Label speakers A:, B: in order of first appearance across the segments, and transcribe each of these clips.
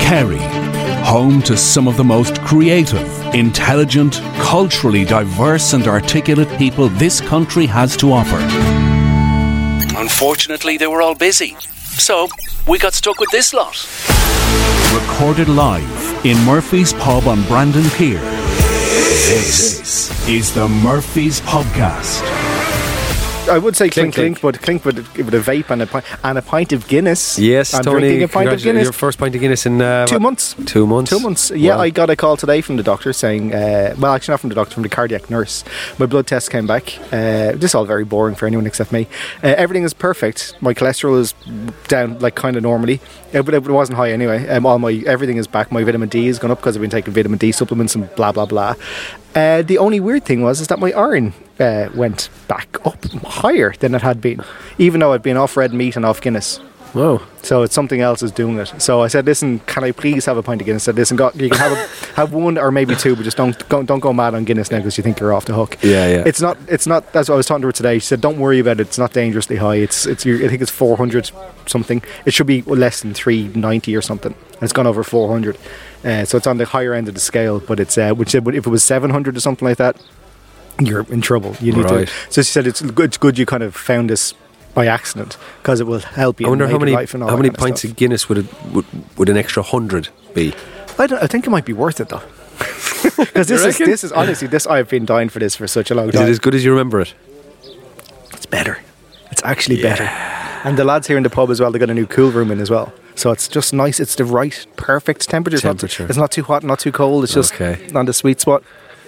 A: Kerry, home to some of the most creative, intelligent, culturally diverse, and articulate people this country has to offer. Unfortunately, they were all busy, so we got stuck with this lot. Recorded live in Murphy's Pub on Brandon Pier. This is the Murphy's Podcast.
B: I would say clink
C: Clink,
B: clink, but clink with a, with a vape and a pint and a pint of Guinness.
C: Yes,
B: I'm
C: Tony.
B: drinking a pint of
C: congratu-
B: Guinness.
C: Your first pint of Guinness in uh,
B: Two
C: what?
B: months.
C: Two months.
B: Two months. Yeah,
C: Wow.
B: I got a call today from the doctor saying, uh, well, actually not from the doctor, from the cardiac nurse. My blood test came back. Uh, this is all very boring for anyone except me. Uh, everything is perfect. My cholesterol is down like kind of normally, uh, but it wasn't high anyway. Um, all my everything is back. My vitamin D has gone up because I've been taking vitamin D supplements and blah blah blah. Uh, the only weird thing was is that my iron uh, went back up higher than it had been, even though I'd been off red meat and off Guinness.
C: Wow.
B: So it's something else is doing it. So I said, "Listen, can I please have a pint of Guinness?" I said, "Listen, go, you can have a, have one or maybe two, but just don't go, don't go mad on Guinness now because you think you're off the hook."
C: Yeah, yeah.
B: It's not. It's not. That's what I was talking to her today. She said, "Don't worry about it. It's not dangerously high. It's it's. your- I think it's 400 something. It should be less than 390 or something. And it's gone over 400. Uh, so it's on the higher end of the scale. But it's uh, which said if it was 700 or something like that, you're in trouble. You need
C: Right.
B: to. So she said, "It's good. It's good you kind of found this." By accident, because it will help you.
C: I wonder
B: in
C: how
B: later
C: many
B: life and all
C: how
B: that
C: many
B: kind
C: pints
B: stuff.
C: of Guinness would, a, would would an extra hundred be?
B: I, don't, I think it might be worth it though. Because this is this is honestly this I've been dying for this for such a long
C: Is
B: time.
C: it as good as you remember it?
B: It's better. It's actually better. And the lads here in the pub as well. They got a new cool room in as well. So it's just nice. It's the right, perfect temperature. It's not-
C: Temperature.
B: It's not, too hot, not too cold. It's just
C: Okay.
B: on the sweet spot.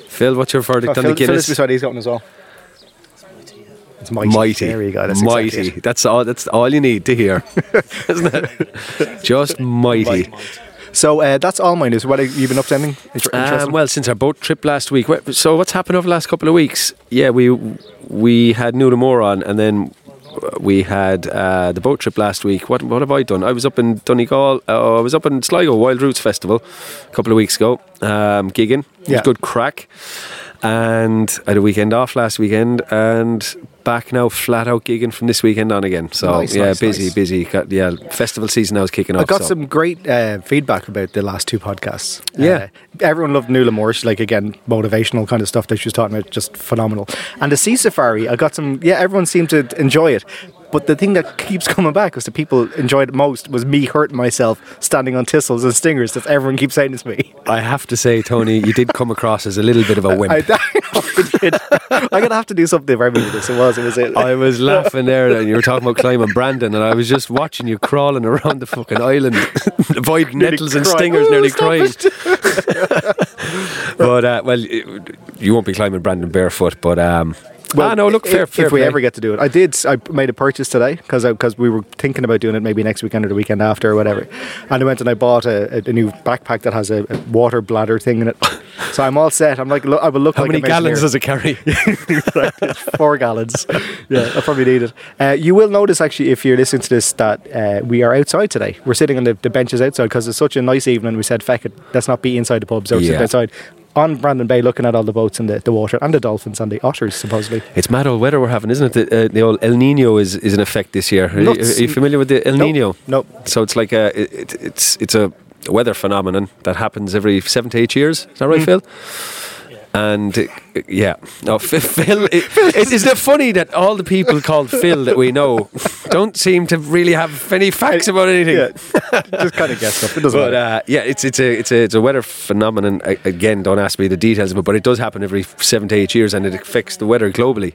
C: Phil, what's your verdict
B: Oh, Phil,
C: on the
B: Phil is
C: Guinness?
B: beside. He's got one as well. It's mighty.
C: Mighty,
B: There you go. That's
C: mighty.
B: Exactly it.
C: That's all. That's all you need to hear, isn't it? Just mighty.
B: So uh, that's all my news. What have you been up to? Anything inter- interesting?
C: Um, well, since our boat trip last week, wh- so what's happened over the last couple of weeks? Yeah, we we had Nudamore on, and then we had uh, the boat trip last week. What what have I done? I was up in Donegal. Uh, I was up in Sligo Wild Roots Festival a couple of weeks ago, um, gigging. It
B: Yeah.
C: was good crack. And I had a weekend off last weekend, and back now flat out gigging from this weekend on again. So
B: Nice,
C: yeah,
B: nice,
C: busy,
B: nice.
C: busy. Got, yeah, festival season now is kicking off.
B: I got
C: so-
B: some great uh, feedback about the last two podcasts.
C: Yeah.
B: Uh, everyone loved Nuala Moore. She's like, again, motivational kind of stuff that she was talking about, just phenomenal. And the Sea Safari, I got some, yeah, everyone seemed to enjoy it. But the thing that keeps coming back was the people enjoyed it most was me hurting myself standing on thistles and stingers. That's everyone keeps saying to me.
C: I have to say, Tony, you did come across as a little bit of a wimp.
B: I, I did. I'm going to have to do something about this. It was, it was. It.
C: I was laughing there, and you were talking about climbing Brandon, and I was just watching you crawling around the fucking island, avoiding nettles and
B: crying.
C: stingers,
B: Ooh,
C: nearly
B: Oh, stop
C: crying. but uh, well, it- you won't be climbing Brandon barefoot, but um, ah, no, look,
B: i-
C: fair,
B: if,
C: fair
B: we
C: play.
B: ever get to do it, I did. s- I made a purchase today because because we were thinking about doing it maybe next weekend or the weekend after or whatever. And I went and I bought a, a, a new backpack that has a, a water bladder thing in it. So I'm all set. I'm like, look, I will look
C: How
B: like
C: many
B: an
C: gallons
B: engineer.
C: does it carry?
B: Four gallons. yeah, I probably need it. Uh, you will notice actually if you're listening to this that uh, we are outside today. We're sitting on the, the benches outside because it's such a nice evening. We said, feck it, let's not be inside the pub, so we're sitting
C: Yeah.
B: outside on Brandon Bay looking at all the boats and the, the water and the dolphins and the otters supposedly.
C: it's mad old weather we're having, isn't it? The, uh, the old El Nino is, is in effect this year. Are you,
B: Nuts.
C: are you familiar with the El
B: Nope,
C: Nino?
B: nope.
C: So it's like a it, it- it's it's a weather phenomenon that happens every seven to eight years. Is that right,
B: Mm.
C: Phil? And it- it- yeah, no, Phil. Phil it, it, isn't it funny that all the people called Phil that we know don't seem to really have any facts about anything?
B: Yeah, just kind of guess stuff. It doesn't
C: But
B: matter.
C: uh, yeah, it's it's a it's a it's a weather phenomenon. I, again, don't ask me the details of it, but it does happen every seven to eight years, and it affects the weather globally.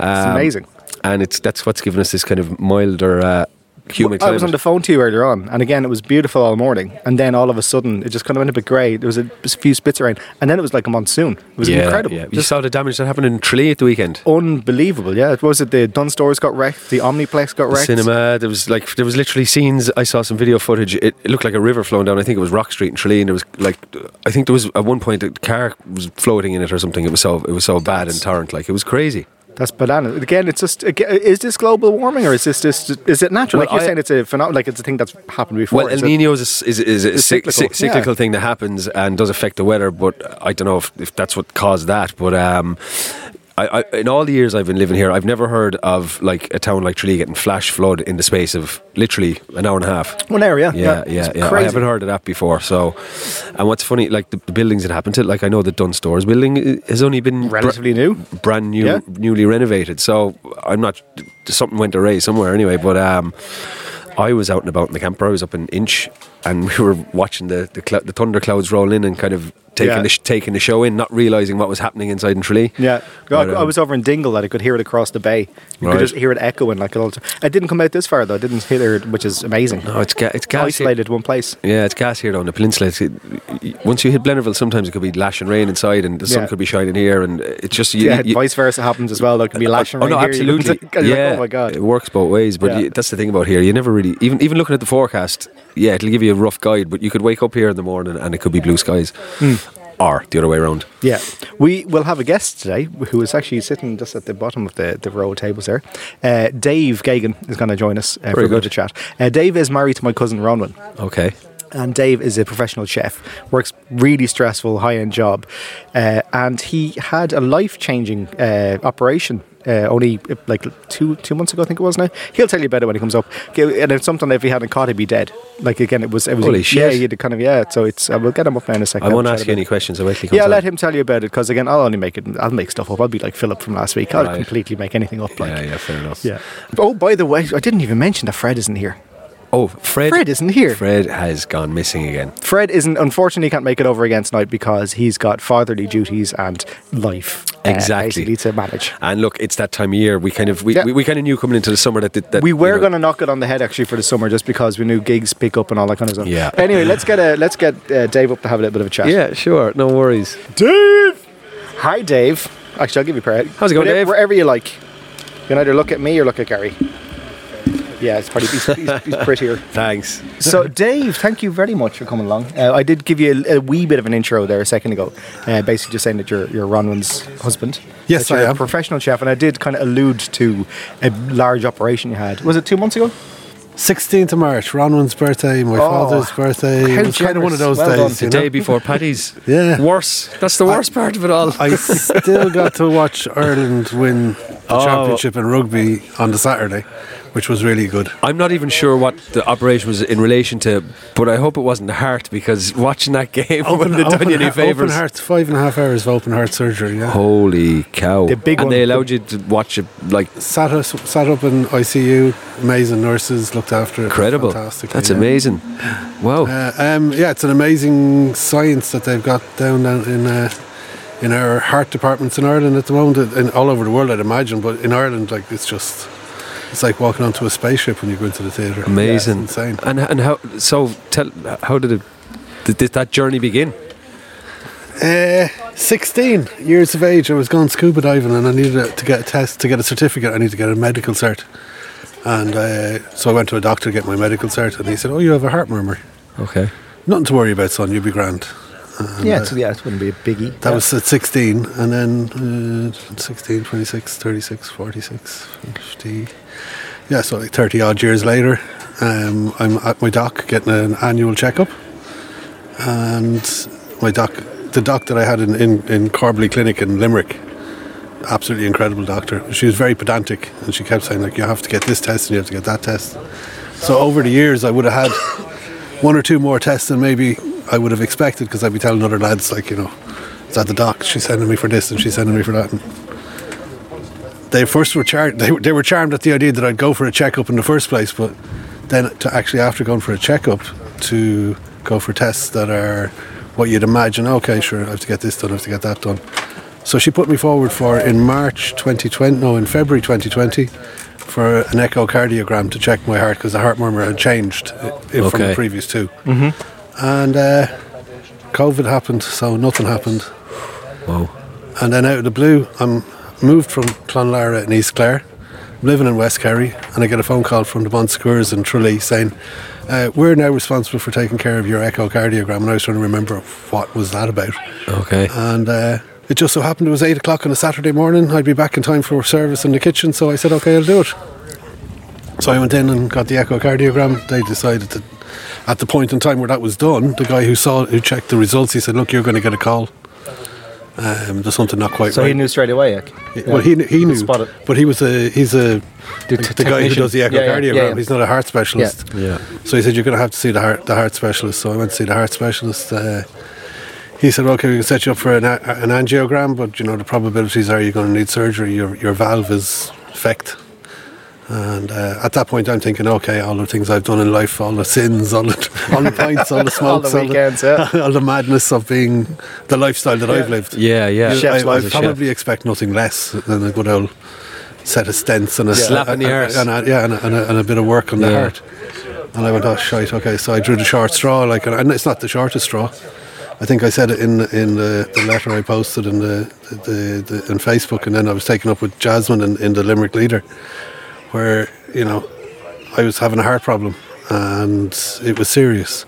C: Um,
B: amazing.
C: and it's that's what's given us this kind of milder uh, humid
B: I was on
C: climate.
B: the phone to you earlier on, and again, it was beautiful all morning. And then all of a sudden, it just kind of went a bit grey. There was a s- few spits around, and then it was like a monsoon. It was incredible.
C: You
B: Just
C: saw the damage that happened in Tralee at the weekend.
B: unbelievable. Yeah, it was it the Dunn stores got wrecked, the Omniplex got
C: The
B: wrecked.
C: cinema. There was like there was literally scenes. I saw some video footage. It, it looked like a river flowing down. I think it was Rock Street in Tralee, and there was like I think there was at one point a car was floating in it or something. It was so it was so bad and torrent like it was crazy.
B: That's bananas. Again, it's just aga is this global warming or is this just is it natural?
C: Well,
B: like you're
C: I-
B: saying, it's a phenomenon. Like it's a thing that's happened before.
C: Well,
B: Is
C: El
B: it-
C: Nino is a, is, is a cyc- cyc-
B: cyclical,
C: cyclical,
B: yeah.
C: thing that happens and does affect the weather, but I don't know if, if that's what caused that. But um, I, I, in all the years I've been living here, I've never heard of like a town like Tralee getting flash flood in the space of literally an hour and a half.
B: One area.
C: Yeah, yeah,
B: It's
C: yeah. I
B: crazy.
C: haven't heard of that before. So, and what's funny, like the, the buildings that happened to, like I know the Dunn Stores building i- has only been br-
B: Relatively new.
C: brand new,
B: Yeah.
C: newly renovated. So I'm not something went awry somewhere anyway. But um, I was out and about in the camper. I was up in Inch, and we were watching the the, clou- the thunder clouds roll in and kind of taking
B: Yeah.
C: the sh- taking the show in, not realizing what was happening inside in Tralee.
B: Yeah,
C: But,
B: I, I
C: um,
B: was over in Dingle that I could hear it across the bay. You
C: Right.
B: could just hear it echoing like an old. It didn't come out this far though. It didn't hit it, which is amazing.
C: No, oh, it's ga- it's gas here.
B: isolated one place.
C: Yeah, it's gas here on the peninsula. It's, it, once you hit Blennerville, sometimes it could be lashing rain inside, and the sun
B: Yeah.
C: could be shining here, and it's just you,
B: yeah,
C: you-
B: vice versa happens as well. There can be lashing
C: oh
B: rain
C: no,
B: here, you
C: absolutely.
B: can- you're like,
C: yeah,
B: oh my god.
C: it works both ways. But
B: Yeah.
C: you, that's the thing about here. You never really even even looking at the forecast. Yeah, it'll give you a rough guide, but you could wake up here in the morning and it could be blue skies,
B: Hmm.
C: or the other way around.
B: Yeah, we will have a guest today who is actually sitting just at the bottom of the, the row of tables there. Uh, Dave Gagan is going to join us uh, for a
C: good.
B: bit of chat. Uh, Dave is married to my cousin Ronwin,
C: Okay,
B: and Dave is a professional chef, works really stressful, high end job, uh, and he had a life changing uh, operation. Uh, only uh, like two two months ago, I think it was. Now he'll tell you about it when he comes up. Okay, And it's something if he hadn't caught, he'd be dead. Like again, it was it was
C: Holy
B: yeah,
C: shit.
B: he had kind of yeah. So it's uh, we'll get him up now in a second.
C: I won't
B: Have a
C: ask
B: chat
C: you
B: about
C: any
B: it.
C: questions. I wait till he comes
B: Yeah, I'll
C: on.
B: let him tell you about it because again, I'll only make it. I'll make stuff up. I'll be like Philip from last week. I'll
C: Right.
B: completely make anything up. Like,
C: Yeah, yeah, fair enough.
B: yeah. Oh, by the way, I didn't even mention that Fred isn't here.
C: Oh, Fred.
B: Fred isn't here.
C: Fred has gone missing again.
B: Fred isn't. Unfortunately, can't make it over again tonight because he's got fatherly duties and life uh,
C: Exactly.
B: basically to manage.
C: And look, it's that time of year. We kind of we,
B: Yeah.
C: we, we kind of knew coming into the summer that that, that
B: We were
C: you know-
B: going to knock it on the head actually for the summer just because we knew gigs pick up and all that kind of stuff.
C: Yeah.
B: Anyway, let's get a, let's get uh, Dave up to have a little bit of a chat.
C: Yeah, sure. No worries.
B: Dave. Hi, Dave. Actually, I'll give you credit.
C: How's it going,
B: wherever,
C: Dave?
B: Wherever you like. You can either look at me or look at Gary. Yeah, it's probably he's, he's, he's prettier.
C: Thanks.
B: So, Dave, thank you very much for coming along. Uh, I did give you a, a wee bit of an intro there a second ago, uh, basically just saying that you're, you're Ronwin's husband.
D: Yes,
B: that you're
D: I
B: a
D: am.
B: professional chef, and I did kind of allude to a large operation you had. Was it two months ago?
D: Uh, 16th of March, Ronwin's birthday, my father's birthday.
B: Oh, how
D: It was kind of one
B: generous.
D: of those
B: Well done.
D: days.
C: The
D: You
C: day
D: know?
C: before Paddy's.
D: Yeah.
C: Worse. That's the worst part of it all.
D: I still got to watch Ireland win the
C: Oh.
D: championship in rugby on the Saturday, which was really good.
C: I'm not even sure what the operation was in relation to, but I hope it wasn't the heart because watching that game wouldn't have done you any Oh.
D: heart- open
C: favours.
D: heart, five and a half hours of open heart surgery. Yeah.
C: Holy cow!
B: The big
C: and
B: one.
C: they allowed you to watch it like
D: Sat, us, sat up in ICU, amazing nurses looked after it.
C: incredible.
D: fantastically,
C: That's
D: yeah.
C: amazing. Wow.
D: Uh, um, yeah, it's an amazing science that they've got down down in uh, in our heart departments in Ireland at the moment, and all over the world, I'd imagine. But in Ireland, like it's just it's like walking onto a spaceship when you go into the theatre.
C: amazing.
D: Yeah, it's insane.
C: And and how? So tell how did it? Did, did that journey begin?
D: Uh, 16 years of age, I was going scuba diving and I needed a- to get a test, to get a certificate, I need to get a medical cert. And uh, so I went to a doctor to get my medical cert, and he said, Oh, you have a heart murmur.
C: Okay.
D: Nothing to worry about, son, you'll be grand.
B: yeah, it's, yeah, it wouldn't be a biggie.
D: That
B: Yeah.
D: was at 16, and then uh, 16, 26, 36, 46, 50. Yeah, so like 30 odd years later, um, I'm at my doc getting an annual checkup. And my doc, the doc that I had in, in, in Corbley Clinic in Limerick, absolutely incredible doctor. She was very pedantic, and she kept saying, like, you have to get this test and you have to get that test. So over the years, I would have had one or two more tests than maybe I would have expected because I'd be telling other lads like you know it's at the dock she's sending me for this and she's sending me for that and they first were charmed they, were- they were charmed at the idea that I'd go for a checkup in the first place but then to actually after going for a checkup to go for tests that are what you'd imagine okay sure I have to get this done I have to get that done so she put me forward for in March 2020 no in February 2020 for an echocardiogram to check my heart because the heart murmur had changed uh, from
C: Okay.
D: the previous 2 and uh, COVID happened, so nothing happened.
C: Wow.
D: And then out of the blue, I'm moved from Clonlara in East Clare, living in West Kerry, and I get a phone call from the Bon Secours in Tralee saying, uh, "We're now responsible for taking care of your echocardiogram." And I was trying to remember what was that about,
C: Okay.
D: and. Uh, it just so happened it was eight o'clock on a Saturday morning. I'd be back in time for service in the kitchen, so I said, "Okay, I'll do it." So I went in and got the echocardiogram. They decided that at the point in time where that was done, the guy who saw who checked the results, he said, "Look, you're going to get a call Um, there's something not quite
B: So
D: right.
B: he knew straight away. Like,
D: Well, he kn- he knew,
B: spot it.
D: but he was a he's a
B: The
D: the,
B: t-
D: guy who
B: technician.
D: does the
B: Yeah, yeah,
D: echocardiogram.
B: yeah, yeah.
D: He's not a heart specialist.
C: Yeah.
D: So he said you're going to have to see the heart the heart specialist. So I went to see the heart specialist. Uh, he said, "Okay, we can set you up for an, a- an angiogram, but you know the probabilities are you're going to need surgery. Your your valve is fecked." And uh, at that point, I'm thinking, okay, all the things I've done in life, all the sins, all the, all the pints, all the
B: All
D: smokes,
B: the weekends, yeah.
D: all the madness of being the lifestyle that I've lived.
C: Yeah, yeah.
D: You-
B: Chef's
D: I, I
B: life.
D: probably expect nothing less than a good old set of stents and a
C: Slap in the
D: and-
C: arse.
D: and a, yeah, and a, and, a, and a bit of work on the
C: Yeah.
D: heart. And I went, oh shite, okay. So I drew the short straw, like, and it's not the shortest straw. I think I said it in in the, the letter I posted in the, the, the, in Facebook, and then I was taken up with Jasmine in, in the Limerick Leader, where you know I was having a heart problem and it was serious.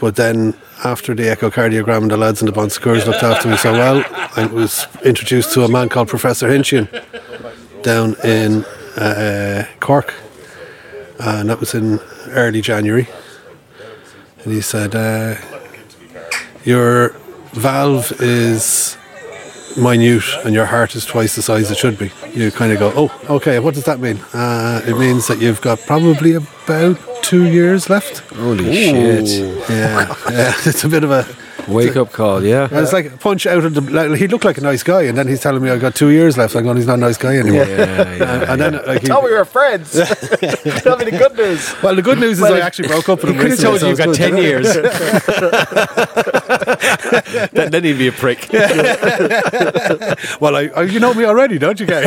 D: But then after the echocardiogram, the lads in the Bon Secours looked after me so well, I was introduced to a man called Professor Hinchin down in uh, Cork. And that was in early January. And he said, uh, Your valve is minute and your heart is twice the size it should be. You kind of go, Oh, okay, what does that mean? Uh, it means that you've got probably about two years left.
C: Holy shit.
D: Yeah, yeah, it's a bit of a.
C: Wake up call, yeah.
D: It's like a punch out of the. Like, he looked like a nice guy, and then he's telling me I got two years left. I'm going, he's not a nice guy anymore. Uh,
C: Yeah, yeah.
D: And then, like, he,
B: Tell "Oh, we were friends. Tell me the good news.
D: well, the good news is I actually broke up with him.
C: Could have
D: recently,
C: told
D: so
C: you you've
D: it's
C: got
D: good.
C: 10 years. Then- then he'd be a prick.
D: Well, I, I, you know me already, don't you, guy?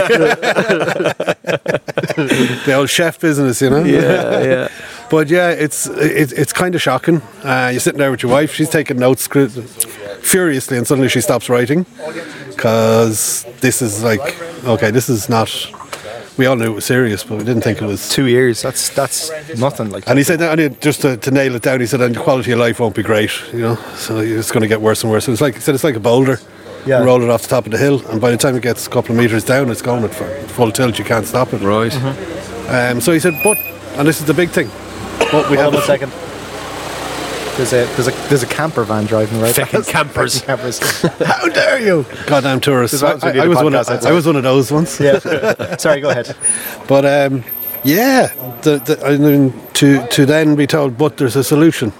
D: the old chef business, you know.
C: Yeah, yeah.
D: But yeah, it's it, it's kind of shocking. Uh, you're sitting there with your wife; she's taking notes cri- furiously, and suddenly she stops writing because this is like, okay, this is not. We all knew it was serious, but we didn't think it was.
B: Two years. That's that's nothing. Like
D: And he said, and he- just to, to nail it down, he said, and the quality of life won't be great, you know. So it's going to get worse and worse. It's like he said, it's like a boulder.
B: Yeah.
D: You roll it off the top of the hill, and by the time it gets a couple of meters down, it's going at fu- full tilt. You can't stop it.
C: Right.
D: Um, so he said, but, and this is the big thing. But we
B: Hold
D: have
B: on a second. There's a there's a there's a camper van driving right.
C: Fucking
B: past.
C: campers.
B: Fucking campers.
D: How dare you? Goddamn tourists.
B: This happens
D: I,
B: when you
D: I
B: do
D: was
B: the
D: one
B: podcast
D: of,
B: outside.
D: I was one of those ones.
B: yeah. Sorry. Go ahead.
D: But um, yeah, the, the, I mean, to, to then be told, but there's a solution.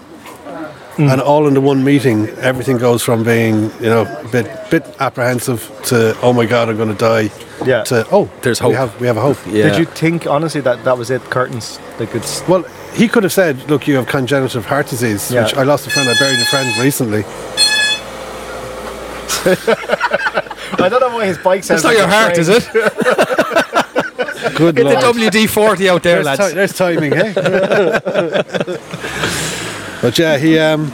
B: Mm.
D: And all into one meeting, everything goes from being, you know, a bit, bit apprehensive to, oh my God, I'm going to die,
B: Yeah.
D: to, oh,
C: There's
D: We
C: hope.
D: have, we have a hope.
C: Yeah.
B: Did you think honestly that that was it? Curtains. Like it's
D: Well, he could have said, "Look, you have congenital heart disease."
B: Yeah.
D: Which I lost a friend. I buried a friend recently.
B: I don't know why his bike sounds.
C: It's not
B: like
C: your
B: a
C: heart,
B: train.
C: is it?
D: Good
C: Get the
D: lord.
C: WD 40 out there,
D: there's, ti-
C: lads.
D: there's timing, hey. but yeah, he um,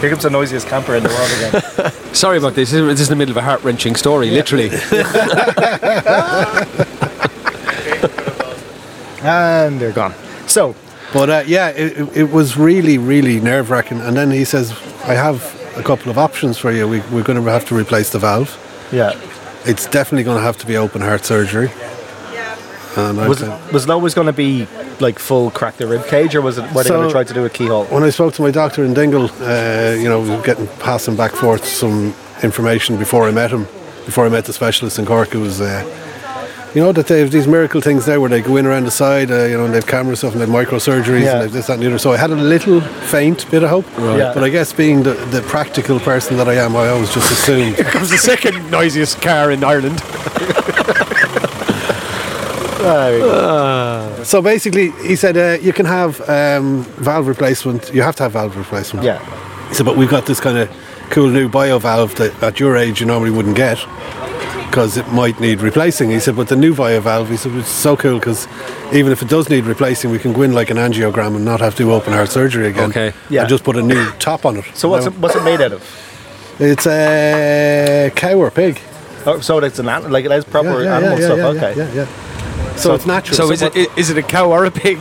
B: Here comes the noisiest camper in the world again.
C: Sorry about this. This is in the middle of a heart wrenching story, literally.
B: and they're gone. So
D: But uh, yeah, it, it- it was really, really nerve wracking. And then he says, I have a couple of options for you. We, we're going to have to replace the valve.
B: yeah,
D: It's definitely going to have to be open heart surgery. And I
B: was
D: said-
B: was it always going to be like full crack the rib cage, or was it? Were they going to
D: So-
B: try to do a keyhole?
D: when I spoke to my doctor in Dingle, uh, you know, we were getting passing back forth some information before I met him, before I met the specialist in Cork, who was, uh, you know, that they have these miracle things now where they go in around the side, uh, you know, and they have cameras stuff and they have microsurgeries
B: Yeah.
D: and they have this, that, and the other. So I had a little faint bit of hope,
B: Yeah.
D: but I guess being the, the practical person that I am, I always just assumed.
C: comes the second noisiest car in Ireland.
D: so basically, he said uh, you can have um, valve replacement. You have to have valve replacement.
B: yeah,
D: So, but we've got this kind of cool new bio valve that at your age you normally wouldn't get because it might need replacing. He said, but the new bio valve, he said, it's so cool because even if it does need replacing, we can go in like an angiogram and not have to do open heart surgery again.
C: Okay.
B: Yeah.
D: And just put a new top on it.
B: so what's it, what's it made out of?
D: It's a cow or pig.
B: Oh, so it's an an- like it has
D: Yeah,
B: proper
D: yeah, yeah,
B: animal
D: yeah,
B: stuff.
D: yeah,
B: okay,
D: Yeah, yeah. So, it's natural.
C: So is it, is it a cow or a pig?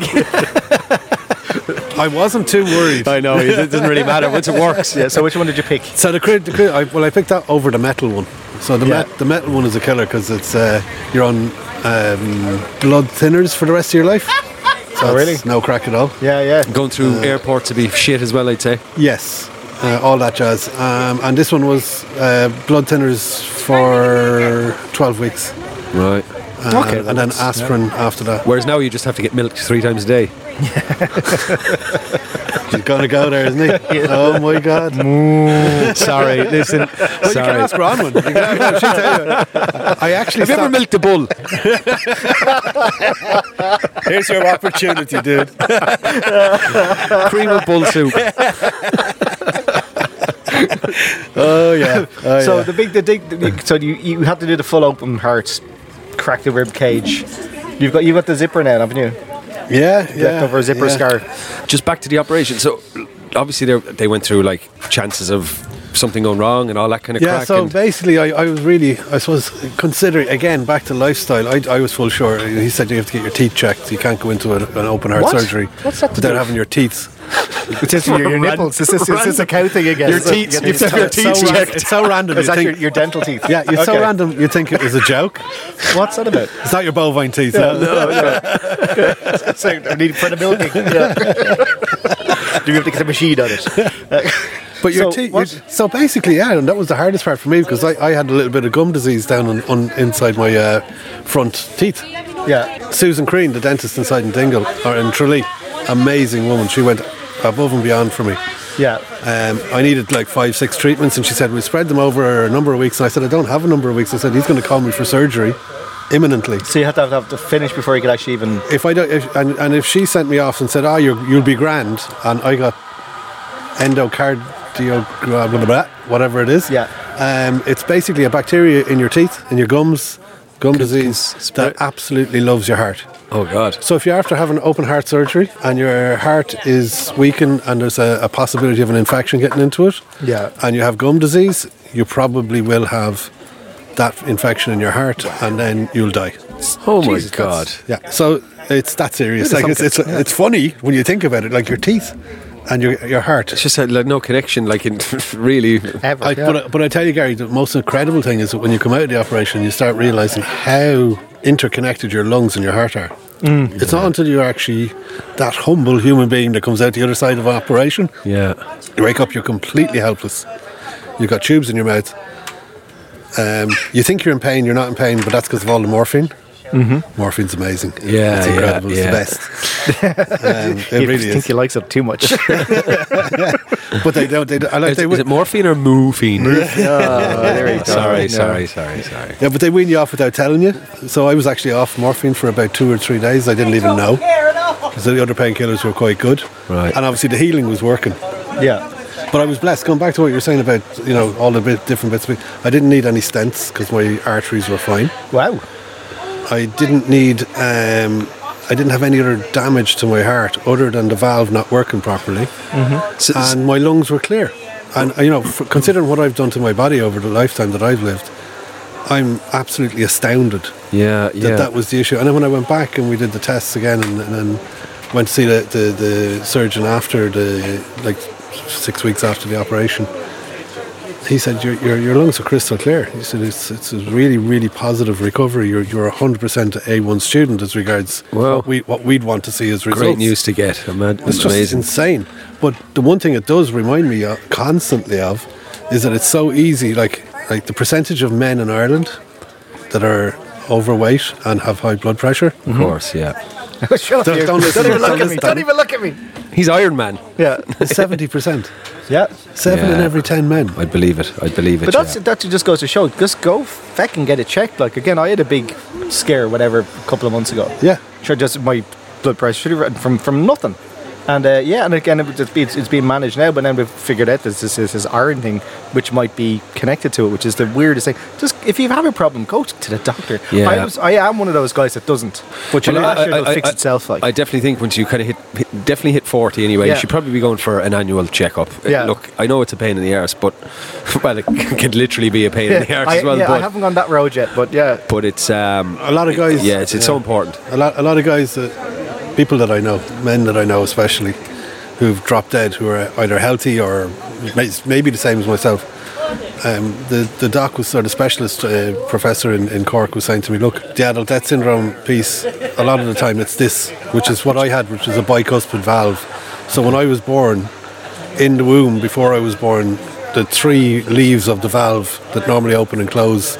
D: I wasn't too worried.
C: I know, it doesn't really matter once it works.
B: yeah. So which one did you pick?
D: So the crit, the crit I, well, I picked that over the metal one. So the
B: Yeah.
D: met, the metal one is a killer because it's uh, you're on um, blood thinners for the rest of your life. So
B: Oh,
D: it's
B: really?
D: No crack at all.
B: Yeah, yeah.
C: Going through airports to be shit as well, I'd say.
D: Yes. uh, all that jazz. Um, and this one was uh, blood thinners for 12 weeks.
C: Right.
D: Um,
B: Okay,
D: and then
B: that's-
D: aspirin after that.
C: Whereas now you just have to get milked three times a day.
D: He's gonna go there, isn't he? Oh my god!
C: Sorry, listen. sorry.
D: Bronwyn. You can ask- she'll tell you. I actually
C: have you ever
D: stopped-
C: milked a bull?
E: Here's your opportunity, dude.
C: Cream of bull soup.
D: Oh yeah. Oh,
B: so
D: yeah.
B: the big, the big, the big- so you you have to do the full open heart, crack the rib cage. You've got you've got the zipper now, haven't you?
D: yeah, yeah,
B: Leftover zipper
D: yeah.
B: scar.
C: Just back to the operation. So obviously they they went through like chances of something going wrong and all that kind of
D: Yeah,
C: crack.
D: so
C: and-
D: basically, I, I was really, I suppose, considering again back to lifestyle. I, I was full sure. He said you have to get your teeth checked. You can't go into an, an open heart
B: What?
D: surgery
B: What's that to
D: without
B: do?
D: having your teeth.
B: It's just your, your nipples. It's just, it's just a cow thing again.
D: Your
B: It's like-
D: teeth-
B: it's
D: it's
B: like-
D: your
B: it's
D: teeth
B: so
D: checked.
B: ran- It's so random.
D: You
B: It's like
D: think-
B: your, your dental teeth.
D: Yeah, it's so
B: Okay.
D: random. You think it was a joke?
B: What's that about?
D: It's not your bovine teeth. no.
B: It's like, I need for the milking. Yeah. Do we have to get a machine on it?
D: But your
B: So
D: teeth.
B: what-
D: your- So basically, yeah, and that was the hardest part for me because I, I had a little bit of gum disease down on, on inside my uh, front teeth.
B: Yeah.
D: Susan Crean, the dentist inside in Dingle or in Tralee, amazing woman. She went above and beyond for me.
B: Yeah.
D: Um, I needed like five, six treatments, and she said we spread them over a number of weeks. And I said I don't have a number of weeks. I said he's going to call me for surgery imminently.
B: So you have to have, have to finish before you could actually even.
D: If I don't, if, and, and if she sent me off and said, "Ah, you you'll be grand," and I got endocardio, blah, blah, blah, whatever it is,
B: Yeah.
D: um, it's basically a bacteria in your teeth, in your gums, gum disease
C: spread-
D: that absolutely loves your heart.
C: oh god.
D: So if you're after having open heart surgery and your heart is weakened and there's a, a possibility of an infection getting into it,
B: Yeah.
D: and you have gum disease, you probably will have that infection in your heart, and then you'll die.
C: Oh my
B: Jesus,
C: god.
B: that's-
D: Yeah, so it's that serious.
B: It is
D: like it's it's,
B: something, yeah.
D: it's funny when you think about it, like your teeth and your your heart.
C: It's just had like no connection, like in really.
B: Ever.
D: I,
B: yeah.
D: but, I, but I tell you, Gary, the most incredible thing is that when you come out of the operation, you start realizing how interconnected your lungs and your heart are.
C: Mm.
D: It's not until you're actually that humble human being that comes out the other side of an operation.
C: Yeah.
D: You wake up, you're completely helpless. You've got tubes in your mouth. Um, you think you're in pain, you're not in pain, but that's because of all the morphine. Mm-hmm. Morphine's amazing.
C: Yeah,
D: it's
C: yeah,
D: incredible.
C: yeah.
D: It's the best. um, it
B: you
D: really
B: think
D: is.
B: he likes it too much.
D: But they don't. They don't I like.
C: Is,
D: they
C: is
D: win-
C: it morphine or morphine?
B: there you go.
C: sorry,
B: Yeah.
C: sorry, sorry, sorry.
D: Yeah, but they wean you off without telling you. So I was actually off morphine for about two or three days. I didn't even know. So the other painkillers were quite good.
C: Right.
D: And obviously the healing was working.
B: Yeah.
D: But I was blessed. Going back to what you were saying about, you know, all the bit, different bits. of it, I didn't need any stents because my arteries were fine.
B: Wow.
D: I didn't need, um, I didn't have any other damage to my heart other than the valve not working properly.
C: So-
D: And my lungs were clear. And, uh, you know, f considering what I've done to my body over the lifetime that I've lived, I'm absolutely astounded
C: yeah,
D: that
C: yeah.
D: that was the issue. And then when I went back and we did the tests again, and, and then went to see the, the, the surgeon after the like six weeks after the operation, he said your your, your lungs are crystal clear. He said it's it's a really really positive recovery. You're you're hundred percent A one student as regards
C: Wow.
D: what we what we'd want to see as results.
C: Great news to get. Ama-
D: It's just
C: amazing.
D: insane. But the one thing it does remind me uh, constantly of is that it's so easy. Like like the percentage of men in Ireland that are overweight and have high blood pressure.
B: Mm-hmm.
C: of course, yeah.
B: Shut up.
D: Don't-
B: you.
D: don't listen,
B: even
D: don't
B: look at me.
D: listen.
B: Don't even look at me.
C: He's Iron Man.
B: Yeah.
D: Seventy percent.
B: Yeah.
D: Seven in
C: Yeah.
D: every ten men.
C: I'd believe it. I'd believe it.
B: But that's
C: yeah.
B: that just goes to show. Just go fucking get it checked. Like again, I had a big scare, whatever, a couple of months ago.
D: Yeah.
B: sure, just my blood pressure should have run from from nothing. And uh, yeah, and again, it would just be, it's, it's being managed now. But then we've figured out this this, this iron thing, which might be connected to it, which is the weirdest thing. Just if you have a problem, go to the doctor.
C: Yeah.
B: I, was, I am one of those guys that doesn't. But you
C: Well,
B: know,
C: I-
B: that shit
C: I-
B: will
C: I-
B: fix
C: I-
B: itself. Like
C: I definitely think once you kind of hit, hit definitely hit 40 anyway,
B: Yeah.
C: you should probably be going for an annual checkup. Uh,
B: Yeah.
C: Look, I know it's a pain in the arse, but well, it can literally be a pain in the arse
B: I,
C: as well.
B: yeah, I
C: but,
B: haven't gone that road yet, but yeah,
C: but it's um,
D: A lot of guys.
C: yeah, it's, it's so
D: yeah.
C: important.
D: A lot, a lot of guys that, people that I know, men that I know especially, who've dropped dead, who are either healthy or may- maybe the same as myself. Um, the the doc was sort of specialist uh, professor in, in Cork was saying to me, look, the adult death syndrome piece, a lot of the time it's this, which is what I had, which is a bicuspid valve. So when I was born, in the womb before I was born, the three leaves of the valve that normally open and close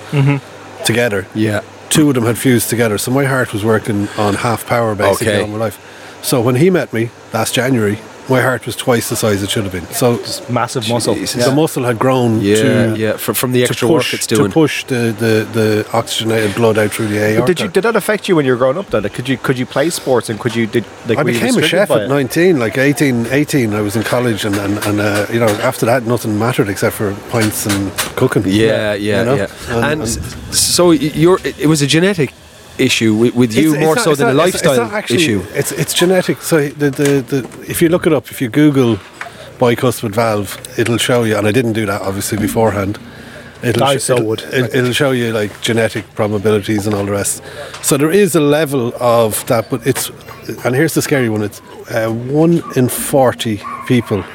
D: together.
C: Yeah.
D: Two of them had fused together, so my heart was working on half power basically
C: Okay.
D: all my life. So when he met me last January, my heart was twice the size it should have been. So
B: Massive muscle.
C: Jesus.
D: the muscle had grown
C: Yeah,
D: to,
C: yeah. From, from the
D: to
C: extra
D: push,
C: work it's doing.
D: to push the, the, the oxygenated blood out through the aorta.
B: But did you did that affect you when you were growing up? Then Like, could you could you play sports and could you did like
D: I
B: were you
D: became a
B: restricted
D: chef
B: by
D: at
B: it?
D: 19, like 18, 18. I was in college, and, and, and uh, you know, after that, nothing mattered except for pints and cooking.
C: Yeah, yeah,
D: you know?
C: yeah.
D: And,
C: And,
D: and
C: s so y- you're, it it was a genetic issue with, with you
D: It's- it's
C: more
D: not-
C: so
D: it's
C: than a
D: not- it's- it's
C: lifestyle
D: not actually-
C: issue.
D: It's it's genetic. So the, the, the if you look it up, if you Google bicuspid valve, it'll show you. And I didn't do that obviously beforehand. It'll
B: I
D: sh-
B: so
D: it'll-
B: would.
D: It, it'll show you like genetic probabilities and all the rest. So there is a level of that, but it's and here's the scary one: it's uh, one in forty people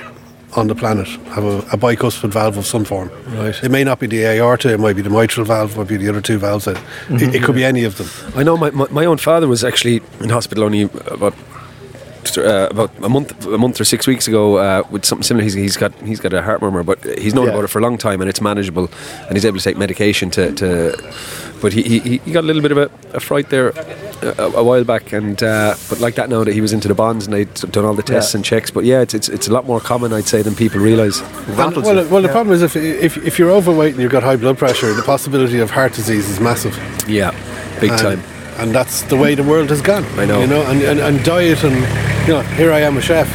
D: on the planet have a, a bicuspid valve of some form. Right. It may not be the aorta, it might be the mitral valve, it might be the other two valves. It, it, it could be any of them.
C: I know my, my, my own father was actually in hospital only about uh, about a month a month or six weeks ago uh, with something similar. He's, he's got he's got a heart murmur, but he's known
B: Yeah.
C: about it for a long time and it's manageable, and he's able to take medication to. to but he, he, he got a little bit of a, a fright there uh, a, a while back, and uh, but like that now that he was into the bonds and they'd done all the tests
B: Yeah.
C: and checks. But yeah, it's, it's it's a lot more common I'd say than people realise.
D: And- well, the- well, the problem is if, if if you're overweight and you've got high blood pressure, the possibility of heart disease is massive.
C: Yeah, big
D: and,
C: time.
D: And that's the way the world has gone.
C: I know.
D: You know, and, and, and diet and you know, here I am a chef.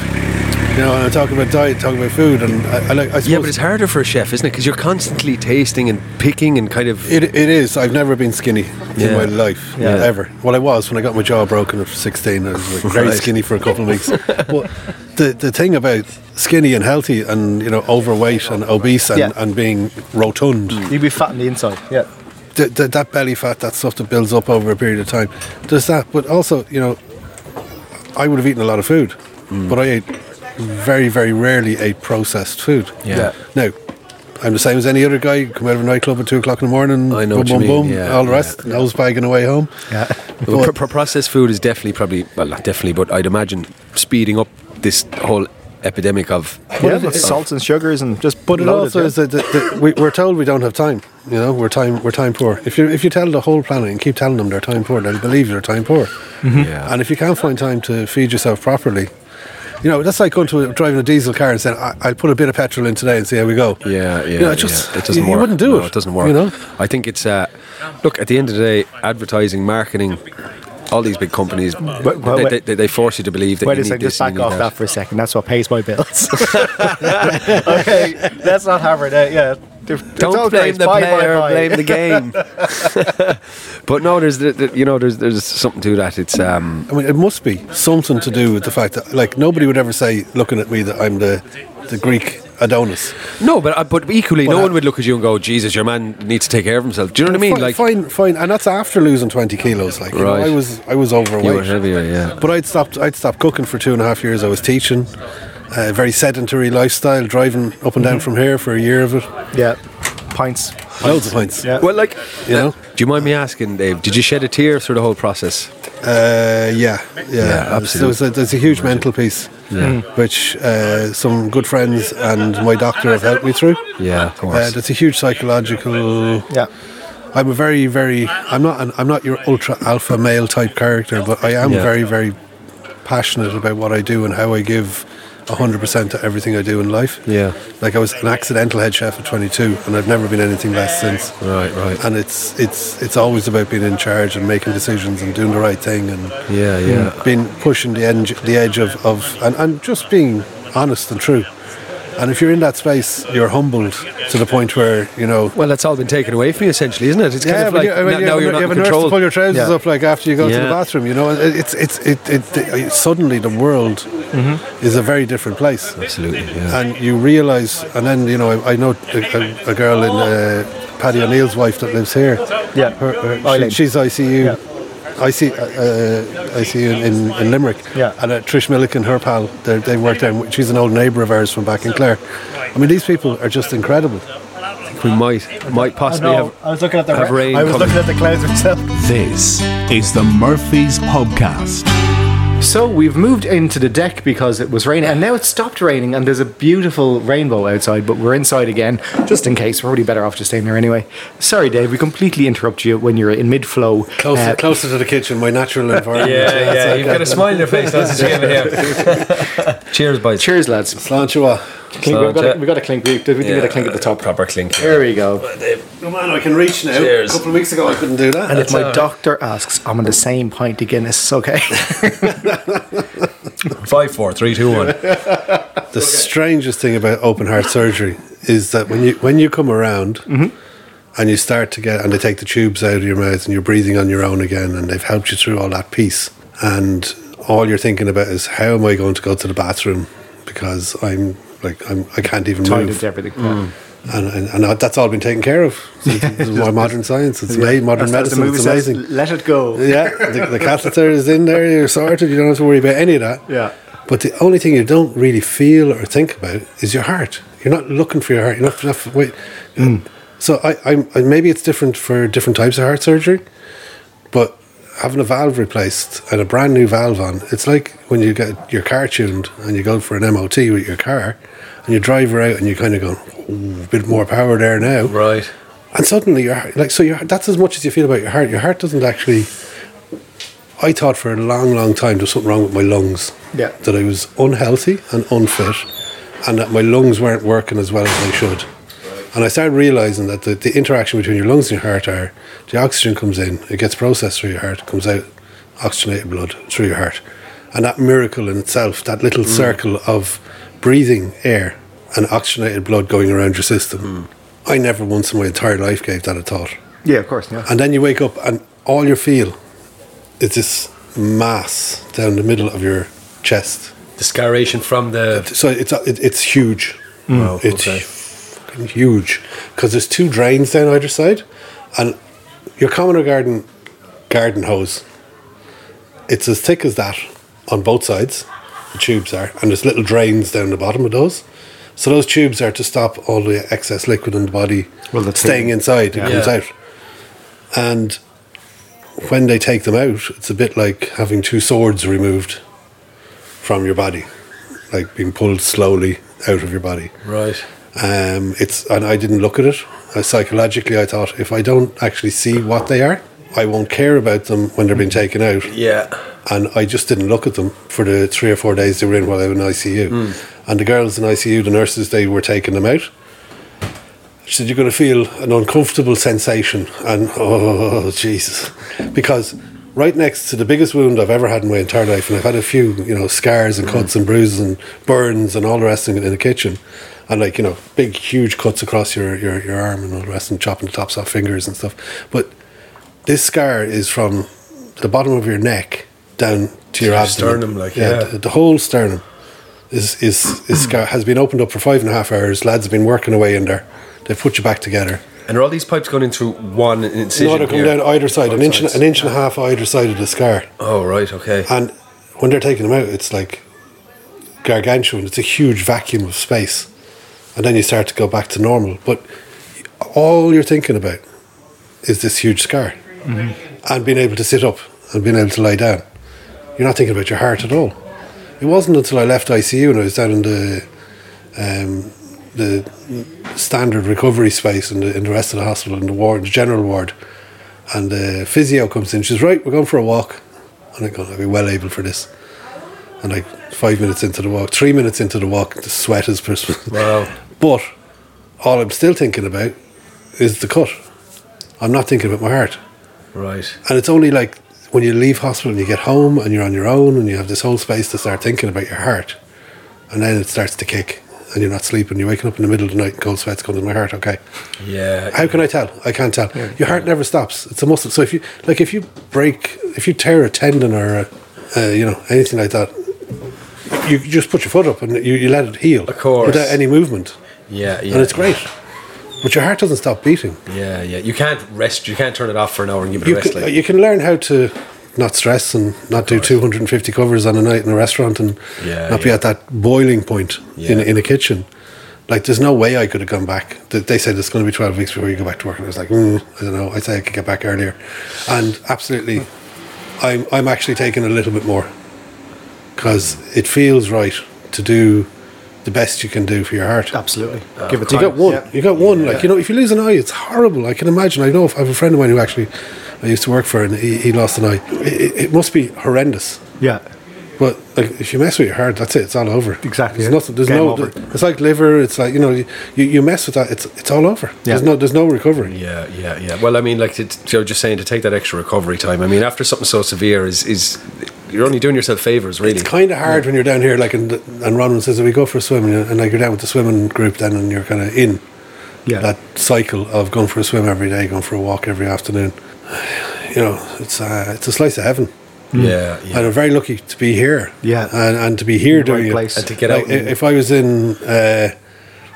D: You know, and I'm talking about diet, talking about food, and I, I like. I suppose
C: Yeah, but it's harder for a chef, isn't it? Because you're constantly tasting and picking and kind of
D: It, it is. I've never been skinny in
C: Yeah.
D: my life,
C: Yeah.
D: ever. Well, I was when I got my jaw broken at 16. I was like very
C: Right.
D: skinny for a couple of weeks. but the, the thing about skinny and healthy and, you know, overweight and obese and,
B: Yeah.
D: and being rotund,
B: You'd be fat on the inside. Yeah.
D: th- th- that belly fat, that stuff that builds up over a period of time, there's that. But also, you know, I would have eaten a lot of food,
C: Mm.
D: but I ate very, very rarely ate processed food.
C: Yeah.
D: Now, I'm the same as any other guy. Come out of a nightclub at two o'clock in the morning.
C: I know
D: Boom,
C: what you
D: boom,
C: mean,
D: boom.
C: yeah,
D: all the
C: yeah.
D: rest. Nose bagging away home.
B: Yeah.
C: Well,
D: But-
C: pro- pro- processed food is definitely probably well not definitely, but I'd imagine speeding up this whole epidemic of
B: yeah
D: it- it-
B: salts and sugars and just
D: But it
B: loaded,
D: also
B: yeah.
D: is that, that, that we, we're told we don't have time. You know, we're time we're time poor. If you if you tell the whole planet and keep telling them they're time poor, they'll believe they're time poor.
C: Yeah.
D: And if you can't find time to feed yourself properly, you know that's like going to a, driving a diesel car and saying, I, "I'll put a bit of petrol in today and see how we go."
C: yeah, yeah,
D: You know,
C: yeah.
D: it just
C: it doesn't
D: you,
C: work.
D: You wouldn't do
C: No,
D: it.
C: It doesn't work.
D: You know,
C: I think it's uh, look at the end of the day, advertising, marketing, all these big companies,
B: wait,
C: they,
B: wait.
C: they, they force you to believe that
B: Wait
C: you
B: a
C: need
B: second,
C: this
B: just
C: and
B: back
C: you need
B: off that
C: that.
B: for a second. That's what pays my bills. okay, let's not hammer it out. Yeah, They're- they're all
C: Don't blame
B: great.
C: the
B: Bye, bye,
C: player,
B: bye.
C: blame the game. but no, there's the, the, you know there's there's something to that. It's um,
D: I mean, it must be something to do with the fact that like nobody would ever say, looking at me, that I'm the the Greek Adonis.
C: no, but uh, but equally,
D: Well,
C: no
D: I-
C: one would look at you and go, Jesus, your man needs to take care of himself. Do you know what I mean?
D: Fine, fine, fine, and that's after losing twenty kilos. Like, you know,
C: Right.
D: I was, I was overweight.
C: You were heavier, yeah.
D: But I'd stopped. I'd stopped cooking for two and a half years. I was teaching, uh, very sedentary lifestyle, driving up and
C: Mm-hmm.
D: down from here for a year of it.
B: Yeah, pints.
D: Loads of pints.
B: Yeah.
C: Well, like,
D: You know?
C: do you mind me asking, Dave? Did you shed a tear through the whole process?
D: Uh, yeah, yeah,
C: absolutely.
D: There was a, there's a huge mental piece, which uh, some good friends and my doctor have helped me through.
C: Yeah, of course.
D: Uh, that's a huge psychological.
B: Yeah,
D: I'm a very, very. I'm not. An, I'm not your ultra alpha male type character, but I am
C: Yeah.
D: very, very passionate about what I do and how I give hundred percent to everything I do in life.
C: Yeah.
D: Like I was an accidental head chef at 22, and I've never been anything less since.
C: Right, right.
D: And it's it's it's always about being in charge and making decisions and doing the right thing and
C: Yeah, yeah.
D: being pushing the edge the edge of of and, and just being honest and true. And if you're in that space, you're humbled to the point where you know
C: Well, that's all been taken away from you, essentially, isn't it? It's kind of
D: but
C: like
D: you- I mean,
C: n-
D: you
C: now
D: have
C: you're
D: a- you
C: not in
D: have a nurse to
C: control.
D: pull your trousers
B: Yeah.
D: up like after you go to
C: Yeah.
D: the bathroom. You know, It- it's it's it, it, it suddenly the world is a very different place.
C: Mm-hmm. Absolutely, yeah.
D: And you realise, and then you know, I, I know a, a, a girl in uh, Paddy O'Neill's wife that lives here.
B: Yeah.
D: her, her- she-
B: Eileen.
D: Oh, she's ICU.
B: Yeah.
D: IC uh, ICU in, in Limerick.
B: Yeah.
D: And uh, Trish Milliken, her pal, they're- they work there. and She's an old neighbour of ours from back in Clare. I mean, these people are just incredible.
C: I think we might, might possibly have.
B: I was looking at the
C: have rain
B: I was
C: coming.
B: looking at the clouds myself.
A: This is the Murphy's Podcast.
B: So we've moved into the deck because it was raining, and now it stopped raining, and there's a beautiful rainbow outside. But we're inside again, just in case. We're probably better off just staying there anyway. Sorry, Dave, we completely interrupt you when you're in mid-flow.
D: Closer,
B: Uh,
D: closer to the kitchen, my natural environment. uh,
F: Yeah, yeah. You've got a smile on your face. That's what you here. Cheers, boys.
B: Cheers, lads.
D: Sláinte mhaith.
B: Clink, we've, got a,
F: Sláinte.
B: we've got a clink. We did we did get a clink at the
D: uh,
B: top.
F: Proper clink.
B: There we go.
D: Oh man, I can reach now.
F: Cheers.
D: A couple of weeks ago, I couldn't do that.
B: And if my doctor asks, I'm on the same pint of Guinness, okay?
F: Five, four, three, two, one.
D: the strangest thing about open heart surgery is that when you when you come around and you start to get and they take the tubes out of your mouth and you're breathing on your own again and they've helped you through all that piece and all you're thinking about is how am I going to go to the bathroom because I'm like I'm I can't even
B: Tied
D: move
B: into everything.
D: Mm. and, and and that's all been taken care of. So it's my modern science, it's amazing. modern
B: That's- that's
D: medicine, it's amazing.
B: Let it go.
D: Yeah, the, the catheter is in there. You're sorted. You don't have to worry about any of that.
B: Yeah.
D: But the only thing you don't really feel or think about is your heart. You're not looking for your heart. You're not. not wait. So I, I'm. I, maybe it's different for different types of heart surgery, but having a valve replaced and a brand new valve on, it's like when you get your car tuned and you go for an MOT with your car, and you drive her out and you kind of go, "Ooh, a bit more power there now.
F: Right.
D: And suddenly your heart, like, so your, that's as much as you feel about your heart. Your heart doesn't actually. I thought for a long, long time there was something wrong with my lungs.
B: Yeah.
D: That I was unhealthy and unfit and that my lungs weren't working as well as they should. And I started realizing that the, the interaction between your lungs and your heart are the oxygen comes in, it gets processed through your heart, comes out oxygenated blood through your heart. And that miracle in itself, that little circle of breathing air and oxygenated blood going around your system, I never once in my entire life gave that a thought.
B: Yeah, of course. Yeah.
D: And then you wake up and all you feel is this mass down the middle of your chest.
F: The scaration from the.
D: So it's it, it's huge.
F: Wow,
D: it's
F: okay.
D: fucking huge because there's two drains down either side, and your common or garden garden hose. It's as thick as that on both sides. The tubes are, and there's little drains down the bottom of those. So those tubes are to stop all the excess liquid in the body
B: Well, that's
D: staying
B: it.
D: inside. It
F: Yeah.
D: comes
F: Yeah.
D: out, and when they take them out, it's a bit like having two swords removed from your body, like being pulled slowly out of your body.
F: Right.
D: Um, it's and I didn't look at it. Uh, psychologically, I thought if I don't actually see what they are, I won't care about them when they're being taken out.
F: Yeah.
D: And I just didn't look at them for the three or four days they were in while I was in ICU.
F: Hmm.
D: And the girls in ICU, the nurses, they were taking them out. She said, You're going to feel an uncomfortable sensation. And oh, Jesus. Because right next to the biggest wound I've ever had in my entire life, and I've had a few, you know, scars and cuts and bruises and burns and all the rest of it in the kitchen. And like, you know, big, huge cuts across your, your, your arm and all the rest, and chopping the tops off fingers and stuff. But this scar is from the bottom of your neck down to your,
F: your
D: abdomen.
F: sternum, like, yeah.
D: The, the whole sternum is is, is scar- has been opened up for five and a half hours. Lads have been working away in there. They've put you back together.
F: And are all these pipes going into one incision?
D: In order to come
F: here?
D: down either side, an
F: Both
D: inch, and-
F: sides.
D: an inch and a half either side of the scar.
F: Oh, right, okay.
D: And when they're taking them out, it's like gargantuan. It's a huge vacuum of space. And then you start to go back to normal. But all you're thinking about is this huge scar and being able to sit up and being able to lie down. You're not thinking about your heart at all. It wasn't until I left ICU and I was down in the um, the standard recovery space in the, in the rest of the hospital, in the ward, the general ward, and the physio comes in. She's right. We're going for a walk, and I go, I'll be well able for this. And like five minutes into the walk, three minutes into the walk, the sweat is pers-
F: Wow.
D: But all I'm still thinking about is the cut. I'm not thinking about my heart.
F: Right.
D: And it's only like when you leave hospital and you get home and you're on your own and you have this whole space to start thinking about your heart. And then it starts to kick and you're not sleeping. You're waking up in the middle of the night and cold sweats going to my heart. Okay.
F: Yeah.
D: How can I tell? I can't tell. Your heart never stops. It's a muscle. So if you, like, if you break, if you tear a tendon or, a, uh, you know, anything like that, you you just put your foot up and you, you let it heal.
F: Of course.
D: Without any movement.
F: Yeah, yeah.
D: And it's great. But your heart doesn't stop beating.
F: Yeah, yeah. You can't rest. You can't turn it off for an hour and give it a
D: you
F: rest.
D: can,
F: like.
D: you can learn how to not stress and not do 250 covers on a night in a restaurant and
F: Yeah,
D: not be
F: yeah.
D: at that boiling point in,
F: Yeah.
D: in a kitchen. Like, there's no way I could have gone back. They- They said it's going to be 12 weeks before you go back to work. And I was like, mm, I don't know. I say I could get back earlier. And absolutely, I'm, I'm actually taking a little bit more because it feels right to do the best you can do for your heart.
B: Absolutely. Give it
D: Uh, You got one. You got one. Like you know, if you lose an eye, it's horrible. I can imagine. I know. if- I have a friend of mine who actually I used to work for, and he, he lost an eye. It, it- it must be horrendous.
B: Yeah.
D: But like, if you mess with your heart, that's it. It's all over.
B: Exactly,
D: There's
B: yeah.
D: nothing. There's
B: Game
D: no.
B: over.
D: It's like liver. It's like you know. You, you mess with that. It's it's all over. There's no. There's no recovery.
C: Yeah, yeah, yeah. Well, I mean, like to- to- you know, just saying to take that extra recovery time. I mean, after something so severe is is you're only doing yourself favors, really.
D: It's kind of hard when you're down here, like, and and Ronald says that we go for a swim, and, and like you're down with the swimming group, then, and you're kind of in
B: Yeah.
D: that cycle of going for a swim every day, going for a walk every afternoon. You know, it's uh, it's a slice of heaven.
C: yeah, yeah.
D: And I'm very lucky to be here.
B: Yeah.
D: And, and to be here
B: the right
D: doing it.
B: place.
C: And to get
D: Like,
C: out.
D: i-
C: And,
D: if I was in, uh,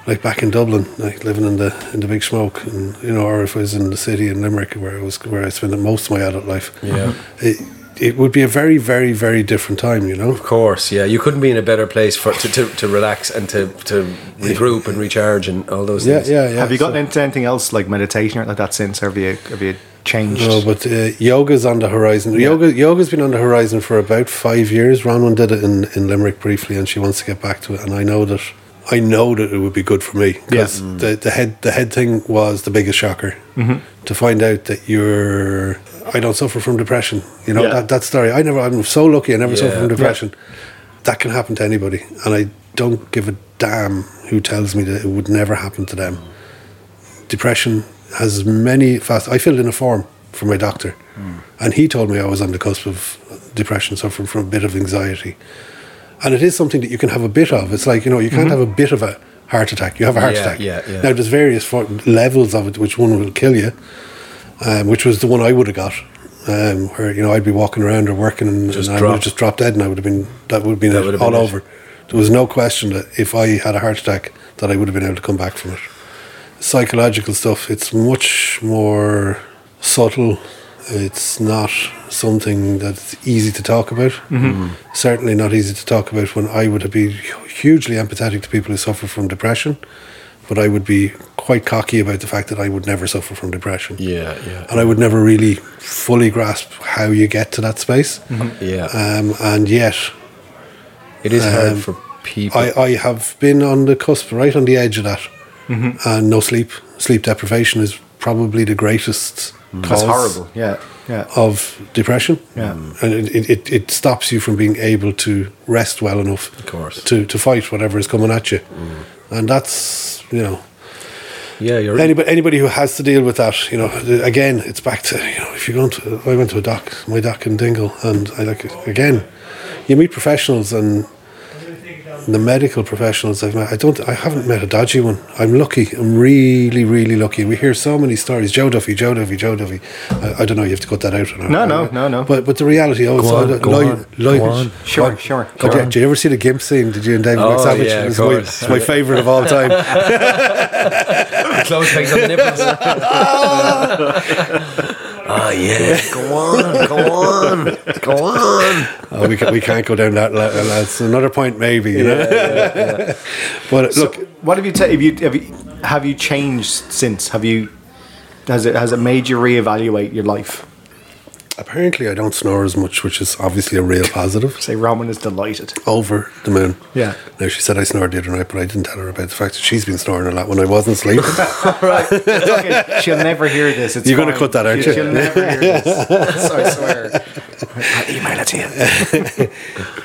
D: like back in Dublin, like living in the in the big smoke, and you know, or if I was in the city in Limerick, where I was, where I spent most of my adult life,
C: yeah.
D: it, it would be a very, very, very different time, you know.
C: Of course, yeah. You couldn't be in a better place for to, to, to relax and to, to regroup and recharge and all those
D: Yeah,
C: things.
D: yeah, yeah.
B: Have you
D: so-
B: gotten into anything else like meditation or like that since? Or have you have you changed?
D: No, but uh, yoga's on the horizon. Yoga, yoga's been on the horizon for about five years. Ronwin did it in, in Limerick briefly, and she wants to get back to it. And I know that I know that it would be good for me because the, the head the head thing was the biggest shocker to find out that you're. I don't suffer from depression. You know
B: Yeah.
D: that that story. I never. I'm so lucky. I never suffer
C: Yeah.
D: from depression. That can happen to anybody, and I don't give a damn who tells me that it would never happen to them depression has many fast. I filled in a form for my doctor,
C: Hmm.
D: and he told me I was on the cusp of depression, suffering from a bit of anxiety. And it is something that you can have a bit of. It's like you know you can't have a bit of a heart attack. You have a heart
C: Mm-hmm. Yeah,
D: attack.
C: yeah, yeah.
D: Now there's various for- levels of it, which one will kill you, um, which was the one I would have got. Um, where you know I'd be walking around or working and,
C: Just
D: and I would
C: drop.
D: have just dropped dead and I would have been that would have been
C: That
D: it
C: would have
D: all
C: been it.
D: over. There was no question that if I had a heart attack that I would have been able to come back from it psychological stuff. It's much more subtle. It's not something that's easy to talk about.
C: Mm-hmm.
D: Certainly not easy to talk about when I would be hugely empathetic to people who suffer from depression, but I would be quite cocky about the fact that I would never suffer from depression.
C: Yeah, yeah,
D: And I would never really fully grasp how you get to that space.
C: yeah.
D: Um, and yet,
C: it is hard
D: um,
C: for people.
D: I, I have been on the cusp, right on the edge of that.
B: Mm-hmm.
D: And no sleep. Sleep deprivation is probably the greatest
B: Mm. That's
D: cause
B: horrible. Yeah. Yeah.
D: of depression.
B: Yeah.
D: And it- it, it, it stops you from being able to rest well enough
C: Of course.
D: to, to fight whatever is coming at you.
B: Mm.
D: And that's, you know,
C: yeah, you're
D: anybody, anybody who has to deal with that, you know, th- again, it's back to, you know, if you're going to, I went to a doc, my doc in Dingle, and I like, again, you meet professionals and the medical professionals I've met, I don't, I haven't met a dodgy one. I'm lucky. I'm really, really lucky. We hear so many stories. Joe Duffy, Joe Duffy, Joe Duffy. I, I don't know. You have to cut that out.
B: No, no, no, no.
D: But but the reality, oh, it's
C: Go
D: all
C: on,
D: the
C: go
D: li-
C: on,
D: li-
C: go on.
B: Sure,
D: Oh,
B: sure,
D: oh,
B: go
D: yeah,
B: on.
D: Did you ever see the Gimp scene? Did you and David
C: Oh,
D: McSavage?
C: yeah, of
D: It was my-
C: course.
D: it's my favorite of all time.
F: Close things on the nipples.
C: Oh yeah, go on, go on, go on.
D: Oh, we, can, we can't go down that. la- That's another point, maybe. You know? but look,
B: What have you, ta- have you have you have you changed since? Have you has it has it made you reevaluate your life?
D: apparently, I don't snore as much, which is obviously a real positive.
B: Say Roman is delighted.
D: Over the moon.
B: Yeah.
D: Now she said I snored the other night, but I didn't tell her about the fact that she's been snoring a lot when I wasn't sleeping.
B: It's okay. She'll never hear this. It's
D: You're gonna
B: fine.
D: cut that, aren't
B: She-
D: you?
B: She'll never hear this. I swear. I'll email it to you.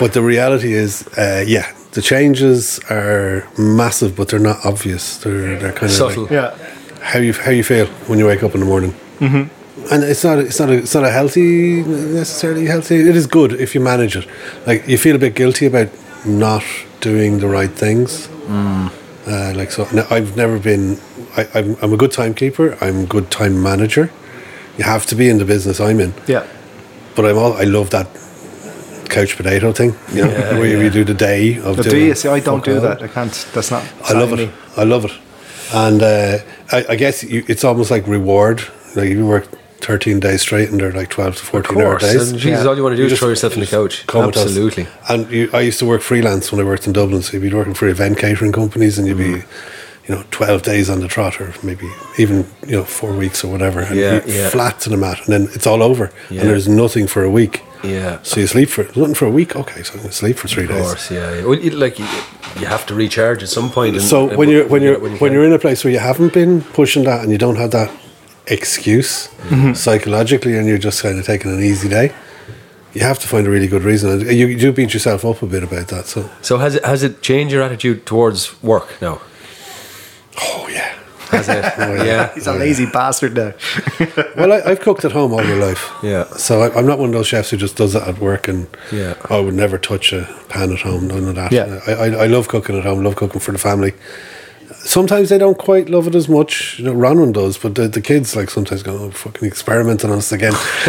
D: but the reality is, uh, yeah, the changes are massive, but they're not obvious. They're they're kind of
C: Subtle.
B: Yeah.
D: how you how you feel when you wake up in the morning.
B: Mm-hmm.
D: And it's not it's not a, it's not a healthy necessarily healthy. It is good if you manage it. Like you feel a bit guilty about not doing the right things.
B: Mm.
D: Uh, like so, no, I've never been. I, I'm, I'm a good timekeeper. I'm a good time manager. You have to be in the business I'm in.
B: Yeah.
D: But I'm all. I love that couch potato thing. You know, where you do the day of.
B: Now, do
D: doing
B: you see? I don't
D: fuck
B: do
D: all.
B: that. I can't. That's not.
D: I love
B: not me.
D: it. I love it. And uh, I, I guess you, it's almost like reward. Like if you work 13 days straight and they're like 12 to 14 hour days.
C: and Jesus,
B: Yeah.
C: all you want to do
D: You
C: is
D: just-
C: throw yourself in the couch.
D: comatose.
C: Absolutely.
D: And you, I used to work freelance when I worked in Dublin. So you'd be working for event catering companies and you'd be,
C: Mm-hmm.
D: you know, 12 days on the trot or maybe even, you know, four weeks or whatever. And
C: Yeah,
D: you'd be
C: yeah.
D: flat to the mat. And then it's all over.
C: Yeah.
D: And there's nothing for a week.
F: Yeah.
D: So you sleep for nothing for a week. Okay, so I'm gonna sleep for three
F: Of
D: days.
F: course, yeah. yeah. Well, you, like you, you have to recharge at some point. and-
D: So
F: and
D: when
F: w-
D: you're when you're
F: you
D: when
F: can.
D: you're in a place where you haven't been pushing that and you don't have that excuse psychologically, and you're just kind of taking an easy day, you have to find a really good reason. And You, you do beat yourself up a bit about that. So
F: So has it has it changed your attitude towards work now?
D: oh yeah.
F: Has it?
D: Oh,
F: yeah.
B: He's a lazy bastard now.
D: Well, I, I've cooked at home all my life.
F: Yeah.
D: So I, I'm not one of those chefs who just does that at work, and
F: Yeah.
D: I would never touch a pan at home. None of that.
B: Yeah.
D: I, I, I love cooking at home. Love cooking for the family. Sometimes they don't quite love it as much. You know, Ronwin does, but the, the kids like sometimes go, "Oh, fucking experimenting on us again."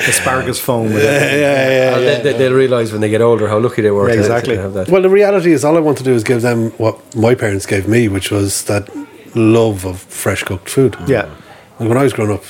B: Asparagus foam. With it.
F: And then they, they'll realise when they get older how lucky they were
B: Yeah,
F: to-
B: exactly.
F: to have that.
D: well, the reality is, all I want to do is give them what my parents gave me, which was that love of fresh cooked food.
B: Yeah.
D: Like when I was growing up,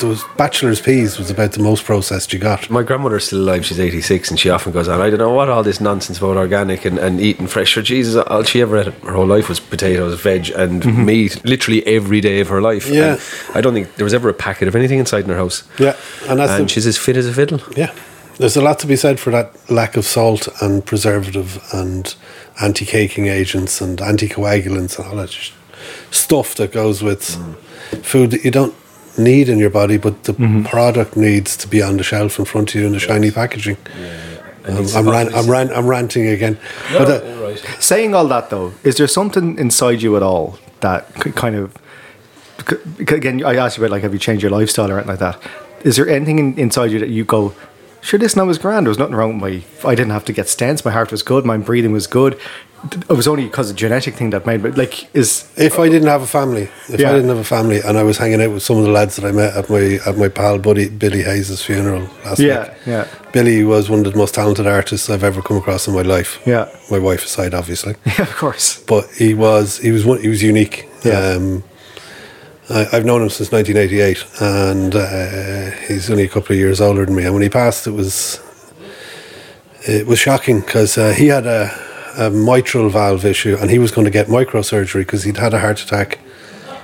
D: those bachelor's peas was about the most processed you got.
F: My grandmother's still alive. She's 86, and she often goes on. I don't know what all this nonsense about organic and, and eating fresh. Or Jesus, all she ever had her whole life was potatoes, veg, and meat. Literally every day of her life.
D: Mm-hmm. Yeah.
F: And I don't think there was ever a packet of anything inside in her house.
D: Yeah, and that's
F: and
D: the,
F: she's as fit as a fiddle.
D: Yeah. There's a lot to be said for that lack of salt and preservative and anti caking agents and anticoagulants and all that sh- stuff that goes with
B: Mm.
D: food that you don't need in your body, but the
B: Mm-hmm.
D: product needs to be on the shelf in front of you in the shiny packaging. Um,
F: it's
D: I'm, ran-
F: obvious. Oh,
D: I'm, ran- I'm ranting again. but uh,
B: Saying all that though, is there something inside you at all that c- kind of? c- c- Again, I asked you about like, have you changed your lifestyle or anything like that? Is there anything in, inside you that you go? Sure, this now was grand. There was nothing wrong with my. I didn't have to get stents. My heart was good. My breathing was good. It was only because of genetic thing that made. But like, is
D: If I didn't have a family, if
B: Yeah.
D: I didn't have a family, and I was hanging out with some of the lads that I met at my at my pal buddy Billy Hayes' funeral last
B: Yeah,
D: week.
B: yeah.
D: Billy was one of the most talented artists I've ever come across in my life.
B: Yeah.
D: my wife aside, obviously,
B: yeah, of course.
D: but he was he was one, he was unique.
B: Yeah.
D: Um, I, I've known him since 1988, and uh, he's only a couple of years older than me. And when he passed, it was it was shocking because uh, he had a, a mitral valve issue, and he was going to get microsurgery because he'd had a heart attack,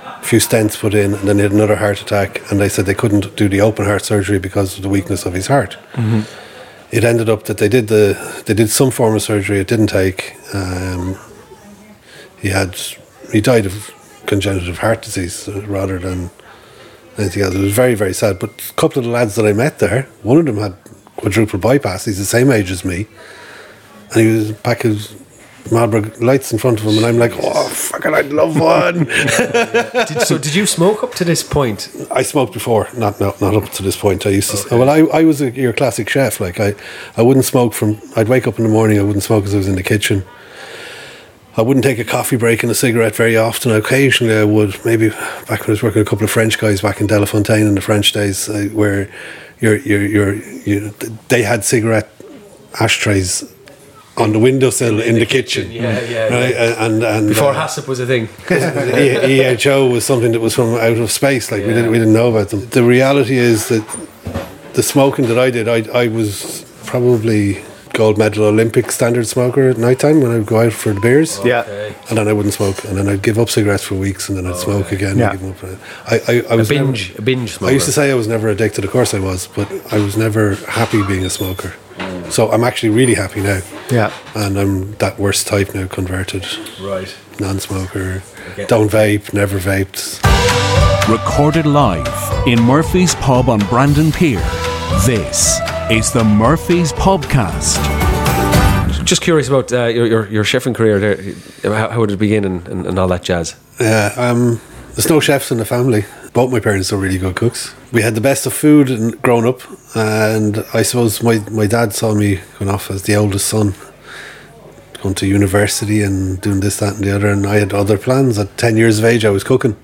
D: a few stents put in, and then he had another heart attack, and they said they couldn't do the open heart surgery because of the weakness of his heart. It ended up that they did the they did some form of surgery. It didn't take. Um, he had he died of congenital heart disease uh, rather than anything else. It was very very sad. But a couple of the lads that I met there, one of them had quadruple bypass. He's the same age as me, and he was a pack of Marlboro lights in front of him, and I'm like, oh fucking, I'd love one.
F: Did, so did you smoke up to this point?
D: I smoked before, not not, not up to this point. I used to. Well, I, I was a, your classic chef. Like I, I wouldn't smoke from. I'd wake up in the morning. I wouldn't smoke as I was in the kitchen. I wouldn't take a coffee break and a cigarette very often. Occasionally, I would. Maybe back when I was working with a couple of French guys back in Delafontaine in the French days, uh, where you're, you're, you're, you they had cigarette ashtrays on the windowsill in, the kitchen.
F: Yeah, yeah,
D: Right?
F: yeah.
D: And, and
F: Before
D: uh,
F: HACCP was a thing.
D: E- EHO was something that was from out of space. Like we
F: Yeah.
D: didn't we didn't know about them. The reality is that the smoking that I did, I I was probably gold medal Olympic standard smoker at night time when I would go out for the beers.
B: Yeah,
F: Okay.
D: And then I wouldn't smoke, and then I'd give up cigarettes for weeks, and then I'd smoke again.
B: Yeah.
D: And give them up. uh, I, I, I
F: Oh, A
D: was never-
F: binge, a binge smoker.
D: I used to say I was never addicted. Of course I was, but I was never happy being a smoker. So I'm actually really happy now,
B: yeah.
D: and I'm that worst type now, converted
F: Right.
D: non-smoker, don't vape, never vaped.
A: Recorded live in Murphy's Pub on Brandon Pier. This is the Murphy's Pubcast.
F: Just curious about uh, your, your your chefing career. There, how, how did it begin and, and, and all that jazz?
D: Yeah, um, there's no chefs in the family. Both my parents are really good cooks. We had the best of food and growing up, and I suppose my, my dad saw me going off as the oldest son, going to university and doing this, that, and the other. And I had other plans. At ten years of age, I was cooking.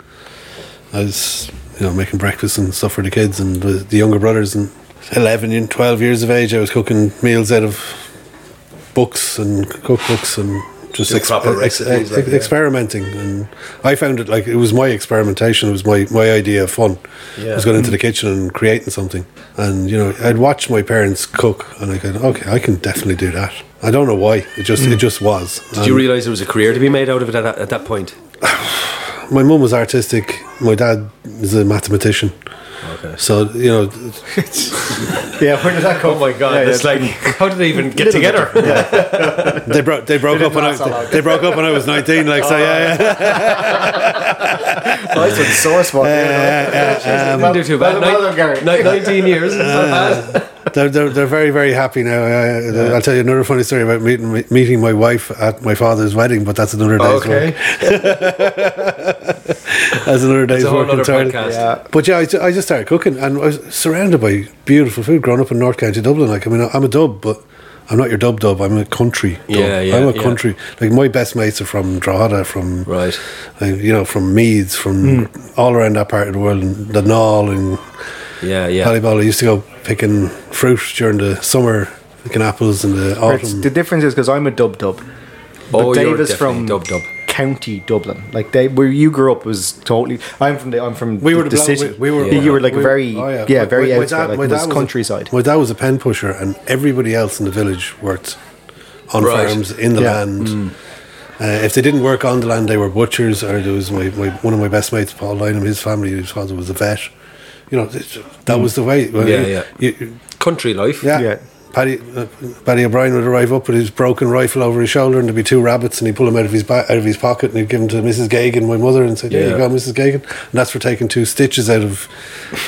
D: I was, you know, making breakfast and stuff for the kids and the, the younger brothers. And eleven and twelve years of age, I was cooking meals out of books and cookbooks and just
F: Doing proper recipes, like, yeah.
D: experimenting. And I found it like it was my experimentation. It was my my idea of fun. I was
F: Yeah. Mm.
D: going into the kitchen and creating something. And you know, I'd watch my parents cook, and I go, okay, I can definitely do that. I don't know
F: Mm.
D: why. It just it just was. Uh,
F: Did you realise there was a career to be made out of it at that, at that point?
D: my mum was artistic. My dad is a mathematician.
F: Okay.
D: So you know,
B: Yeah, where did that come?
F: Oh my god,
B: Yeah, yeah.
F: it's like how did they even get
B: Little
F: together?
D: they broke they broke up when I they, they broke up when I was nineteen. Like so, yeah, yeah.
B: Nice one, sore spot. Yeah, yeah,
F: Didn't do too bad.
B: Well, well
F: Nin-
B: done, Gary.
F: nin- Nineteen years. It's not bad.
D: They're, they're they're very very happy now. I, I, I'll tell you another funny story about meeting me- meeting my wife at my father's wedding, but that's another day's
F: Okay,
D: work. That's another day's
F: it's a whole
D: work
F: other
D: entirely.
F: podcast.
B: Yeah.
D: But yeah, I, ju- I just started cooking, and I was surrounded by beautiful food. Growing up in North County Dublin, like I mean, I'm a dub, but I'm not your dub dub. I'm a country. Dub.
F: Yeah, yeah,
D: I'm a
F: yeah.
D: country. Like my best mates are from Drogheda, from
F: Right. Hmm.
D: uh, you know, from Meads, from all around that part of the world, and the Knoll and
F: Yeah, yeah.
D: Ballyball. I used to go picking fruit during the summer, picking apples in the autumn.
B: Oh, The difference is because I'm a dub dub. But
F: Oh,
B: Dave
F: you're
B: is from
F: definitely dub dub.
B: County Dublin. Like they, where you grew up was totally. I'm from the. I'm from
D: we
B: the,
D: were the,
B: the
D: block-
B: city.
D: We, we were,
B: You were like
D: we-
B: very.
D: oh,
B: yeah.
D: My-
B: very
D: my- my
B: out there,
D: dad-
B: like
D: my
B: it
D: dad
B: was
D: was a-
B: countryside.
D: my dad was a pen pusher, and everybody else in the village worked on
F: Right. Mm.
D: farms in the
B: Yeah.
D: land. Uh, if they didn't work on the land, they were butchers, or there was my, my one of my best mates, Paul Lynham, his family, his father was a vet. You know, it's- that was the way. Well,
F: Mm. Yeah,
D: you-
F: yeah.
D: you-
F: Country life.
D: yeah.
B: Yeah.
D: Paddy, uh, Paddy O'Brien would arrive up with his broken rifle over his shoulder, and there'd be two rabbits, and he'd pull them out of his ba- out of his pocket, and he'd give them to Mrs. Gagan, my mother, and say, "There
F: Yeah.
D: you go, Mrs. Gagan." And that's for taking two stitches out of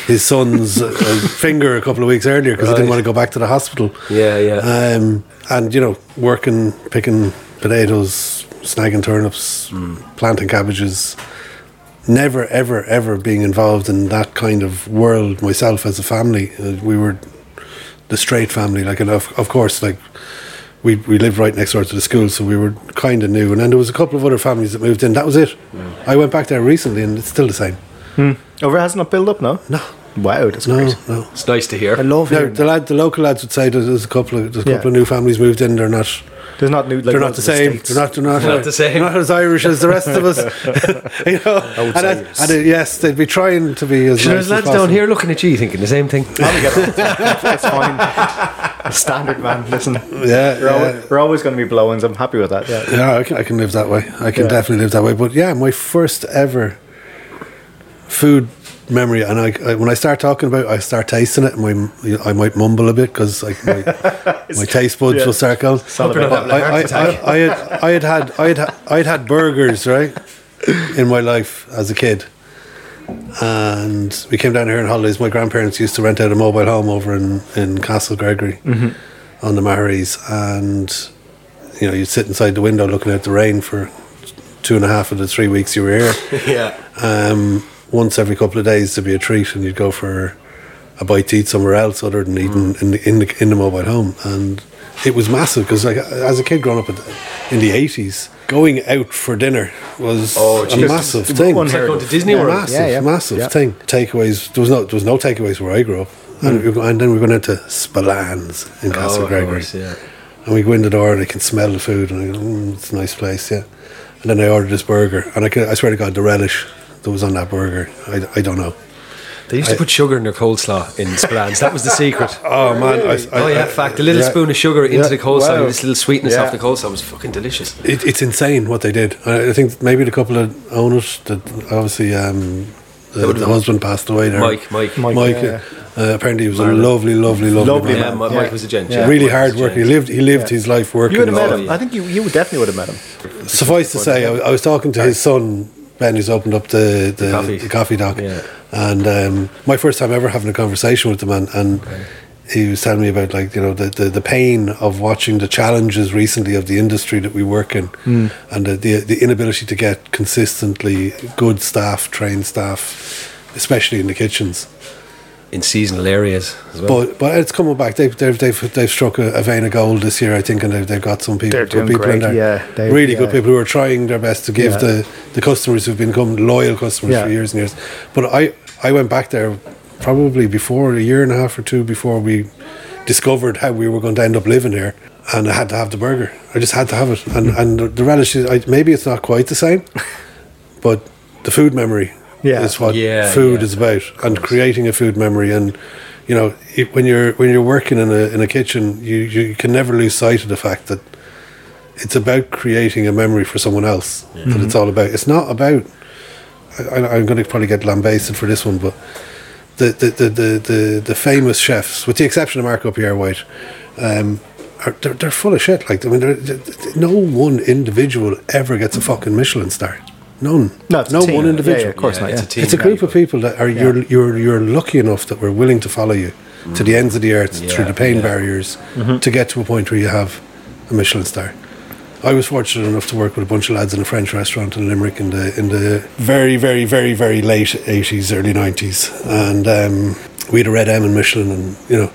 D: his son's uh, finger a couple of weeks earlier because he
F: Right.
D: didn't want to go back to the hospital.
F: Yeah, yeah.
D: Um, and you know, working, picking potatoes, snagging turnips,
F: Hmm.
D: planting cabbages. Never, ever, ever being involved in that kind of world myself as a family. Uh, we were the straight family, like, and of, of course, like, we, we lived right next door to the school, so we were kind of new. And then there was a couple of other families that moved in. That was it. I went back there recently, and it's still the same.
B: Over hasn't not built up, no.
D: No,
B: Wow, that's
D: no,
B: great.
D: no.
F: It's nice to
B: I
F: hear.
B: love
D: No,
B: hearing
D: the, lad, the local lads would say that there's a couple of there's a
B: Yeah.
D: couple of new families moved in. They're not
B: that. There's not new. Like,
D: they're not
B: ones
D: the
B: in
D: same.
B: States.
D: They're not, they're not,
F: They're not the same.
D: they're not as Irish as the rest of us. you know, and, I-
B: Outsiders.
D: and I- yes, they'd be trying to be as.
F: So
D: nice
F: there's
D: as
F: lads
D: possible.
F: down here looking at you, thinking the same thing.
B: That's fine. Standard man. Listen,
D: Yeah,
B: we're,
D: yeah.
B: always, we're always going to be blowings. I'm happy with that. Yeah.
D: Yeah, I can, I can live that way. I can
B: Yeah.
D: definitely live that way. But yeah, my first ever food memory, and I, I when I start talking about, it, I start tasting it, and my I might mumble a bit because like my, my taste buds
B: Yeah.
D: will start going.
B: Celebrate.
D: But I, I, I, I had I had had I had ha- I had had burgers right in my life as a kid. And we came down here on holidays. My grandparents used to rent out a mobile home over in, in Castle Gregory on the Maharees, and you know, you'd sit inside the window looking out the rain for two and a half of the three weeks you were here.
F: yeah.
D: Um, once every couple of days there'd be a treat, and you'd go for a bite to eat somewhere else other than eating in the in the in the mobile home. And it was massive because, like, as a kid growing up in the eighties, going out for dinner was
F: Oh,
D: a
F: Jesus.
D: massive thing.
B: One
F: It's like going to Disney
D: Yeah,
F: World.
D: massive,
B: Yeah, yeah.
D: massive
B: Yeah.
D: thing. Takeaways. There was no, there was no takeaways where I grew up,
B: Mm.
D: and, we, go- and then we went out to Spillane's in
B: Oh,
D: Castle
F: Oh, of
D: Gregory.
F: course, yeah.
D: And we go in the door and I can smell the food and I go, mm, it's a nice place, yeah. And then I ordered this burger and I, can, I swear to God, the relish that was on that burger, I, I don't know.
F: They used to put sugar in their coleslaw in Splans. That was the secret.
D: Oh man, I, I,
F: oh yeah,
D: I-
F: in fact, a little
D: yeah.
F: spoon of sugar into
D: Yeah,
F: the coleslaw,
D: wow.
F: and this little sweetness
B: Yeah.
F: off the coleslaw was fucking delicious.
D: It, it's insane what they did. I, I think maybe the couple of owners that obviously
F: That
D: um, the,
F: would've
D: the
F: been-
D: husband passed away there.
F: Mike, Mike,
B: Mike,
D: Mike,
B: yeah.
D: uh, apparently he was a lovely, lovely, lovely,
B: Lovely
D: man.
F: yeah, Mi-
B: Yeah.
F: Mike was a gent.
B: Yeah.
F: yeah. Oh,
D: Really
F: Mike was a
D: hard work. He
F: gent.
D: lived. He lived his life working.
B: You would have
D: hard.
B: met him. I think you, you definitely would have met him.
D: suffice to say, I, I was talking to his son Ben, who's opened up the the, the
F: coffee.
D: coffee. dock,
F: Yeah.
D: and um, my first time ever having a conversation with the man, and he was telling me about like you know the, the, the pain of watching the challenges recently of the industry that we work in, and the, the the inability to get consistently good staff, trained staff, especially in the kitchens.
F: in seasonal areas as well.
D: But but it's coming back. They've they've they've, they've struck a, a vein of gold this year, I think, and they've, they've got some people,
B: They're doing
D: good people in
B: great,
D: there.
B: yeah. They-
D: really good
B: yeah.
D: people who are trying their best to give
B: Yeah.
D: the the customers who've become loyal customers
B: Yeah.
D: for years and years. But I I went back there probably before a year and a half or two before we discovered how we were going to end up living here. And I had to have the burger. I just had to have it. And and the, the relish is I, maybe it's not quite the same, but the food memory
B: Yeah.
D: is what
F: Yeah,
D: food
F: yeah.
D: is about and creating a food memory and you know it, when you're when you're working in a in a kitchen you you can never lose sight of the fact that
F: Mm-hmm.
D: it's about creating a memory for someone else that it's all about it's not about I, I'm going to probably get lambasted for this one, but the the, the, the, the, the famous chefs, with the exception of Marco Pierre White, um, are they're, they're full of shit. Like I mean, they're, they're- no one individual ever gets a fucking Michelin star. None.
B: No, it's a
D: no
B: team.
D: one
B: Yeah,
D: individual.
B: yeah, of course
F: Yeah,
B: not.
F: it's a
B: yeah.
F: team.
D: It's a group of
F: value.
D: people that are you're you're you're lucky enough that we're willing to follow you to the ends of the earth
F: Yeah,
D: through the pain
F: yeah. Mm-hmm.
D: barriers to get to a point where you have a Michelin star. I was fortunate enough to work with a bunch of lads in a French restaurant in Limerick in the in the very very very very late eighties, early nineties, and um, we had a Red M and Michelin, and you know.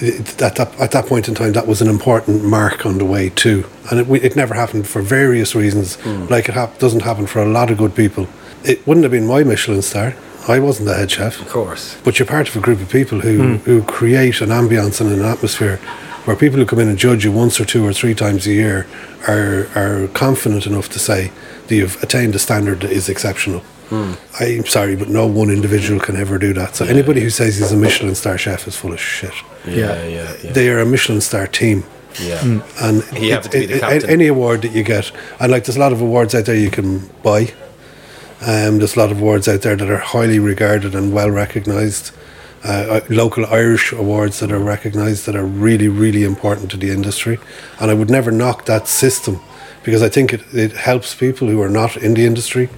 D: It, at, that, at that point in time, that was an important mark on the way too, and it, we, it never happened for various reasons.
F: Hmm.
D: Like it hap- doesn't happen for a lot of good people. It wouldn't have been my Michelin star. I wasn't the head chef
F: Of course.
D: but you're part of a group of people who, who create an ambience and an atmosphere where people who come in and judge you once or two or three times a year are, are confident enough to say that you've attained a standard that is exceptional.
F: Hmm.
D: I'm sorry, but no one individual can ever do that. So anybody who says he's a Michelin star chef is full of shit.
F: Yeah, yeah, yeah.
D: They Mm. are a Michelin star team.
F: yeah.
D: And
F: He happened to be the captain.
D: any award that you get, and like there's a lot of awards out there you can buy. Um, there's a lot of awards out there that are highly regarded and well recognised. Uh, uh, local Irish awards that are recognised that are really, really important to the industry. And I would never knock that system because I think it, it helps people who are not in the industry,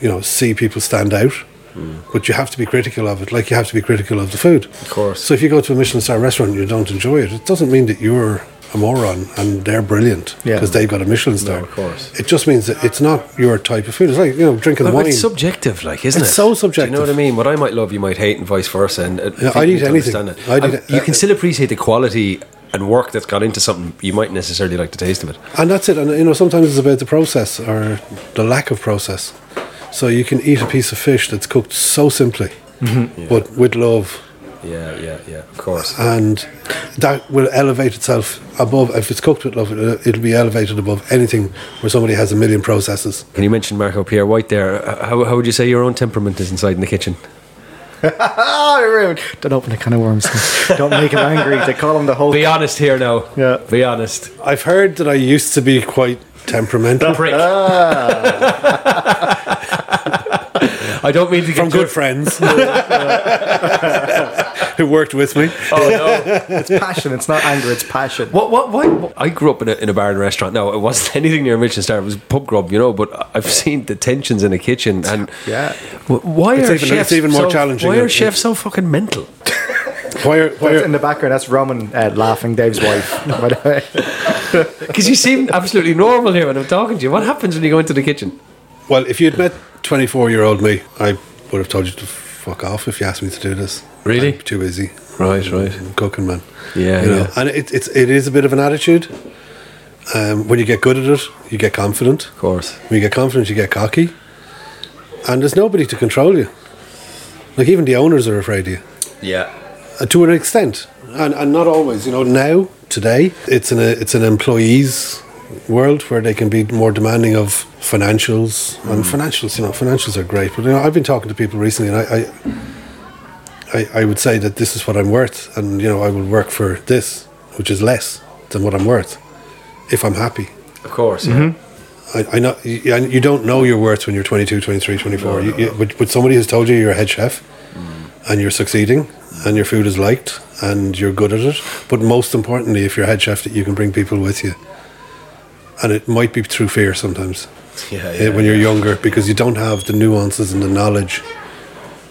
D: you know, see people stand out.
F: Hmm.
D: But you have to be critical of it, like you have to be critical of the food. Of
F: course.
D: So if you go to a Michelin star restaurant and you don't enjoy it, it doesn't mean that you're a moron and they're brilliant
B: Yeah.
D: because they've got a Michelin star.
F: of course.
D: It just means that it's not your type of food. It's like you know drinking
F: But
D: wine.
F: it's subjective, like, isn't
D: It's
F: it?
D: so
F: Do you know
D: subjective.
F: what I mean? What I might love, you might hate, and vice versa. And uh,
D: Yeah,
F: think you
D: I'd eat
F: need to
D: anything.
F: understand it.
D: I'd
F: And
D: eat-
F: you
D: uh,
F: can still appreciate the quality and work that's gone into something you might necessarily like the taste of it.
D: and that's it. And you know sometimes it's about the process or the lack of process. So you can eat a piece of fish that's cooked so simply,
F: Mm-hmm.
D: but with love,
F: Yeah, yeah, yeah. Of course.
D: and that will elevate itself above. If it's cooked with love, it'll it'll be elevated above anything where somebody has a million processes.
F: Can you mention Marco Pierre White there? Uh, How, how would you say your own temperament is inside in the kitchen?
B: Ah, they're ruined. Don't open a can of worms. Don't make him angry. They call him the Hulk.
F: Be honest here now.
B: Yeah.
F: Be honest.
D: I've heard that I used to be quite temperamental.
F: Prick.
D: Ah.
F: I don't mean to get
D: from
F: your-
D: good friends who worked with me.
F: Oh, no.
B: It's passion. It's not anger. It's passion.
F: What, what, what? I grew up in a, in a bar and restaurant. No, it wasn't anything near a Michelin star. It was pub grub, you know. But I've seen the tensions in a kitchen, and
B: Yeah.
F: Wh- why
D: It's
F: are
D: even- it's
F: chefs
D: even more
F: so,
D: challenging.
F: Why are chefs so fucking mental?
D: Why are, why
B: That's in
D: are,
B: the background, that's Roman uh, laughing, Dave's wife. By the way.
F: Because you seem absolutely normal here when I'm talking to you. What happens when you go into the kitchen?
D: well, if you'd met 24 year old me, I would have told you to fuck off if you asked me to do this.
F: Really?
D: I'm too easy.
F: Right, right.
D: I'm cooking, man.
F: Yeah,
D: You know,
F: yeah.
D: And it, it's, it is a bit of an attitude. Um, when you get good at it, you get confident.
F: Of course.
D: When you get confident, you get cocky. And there's nobody to control you. Like, even the owners are afraid of you.
F: Yeah.
D: Uh, to an extent, and, and not always. You know, now today it's an uh, it's an employees world where they can be more demanding of financials and financials. You know, financials are great, but you know, I've been talking to people recently, and I. I I, I would say that this is what I'm worth, and you know I will work for this, which is less than what I'm worth, if I'm happy.
F: Of course. Yeah.
D: Mm-hmm. I, I know you, and you don't know your worth when you're 22, 23, 24. you, you- but, but somebody has told you you're a head chef and you're succeeding and your food is liked and you're good at it. But most importantly, if you're a head chef, that you can bring people with you. And it might be through fear sometimes
F: Yeah,
D: eh, when you're younger because you don't have the nuances and the knowledge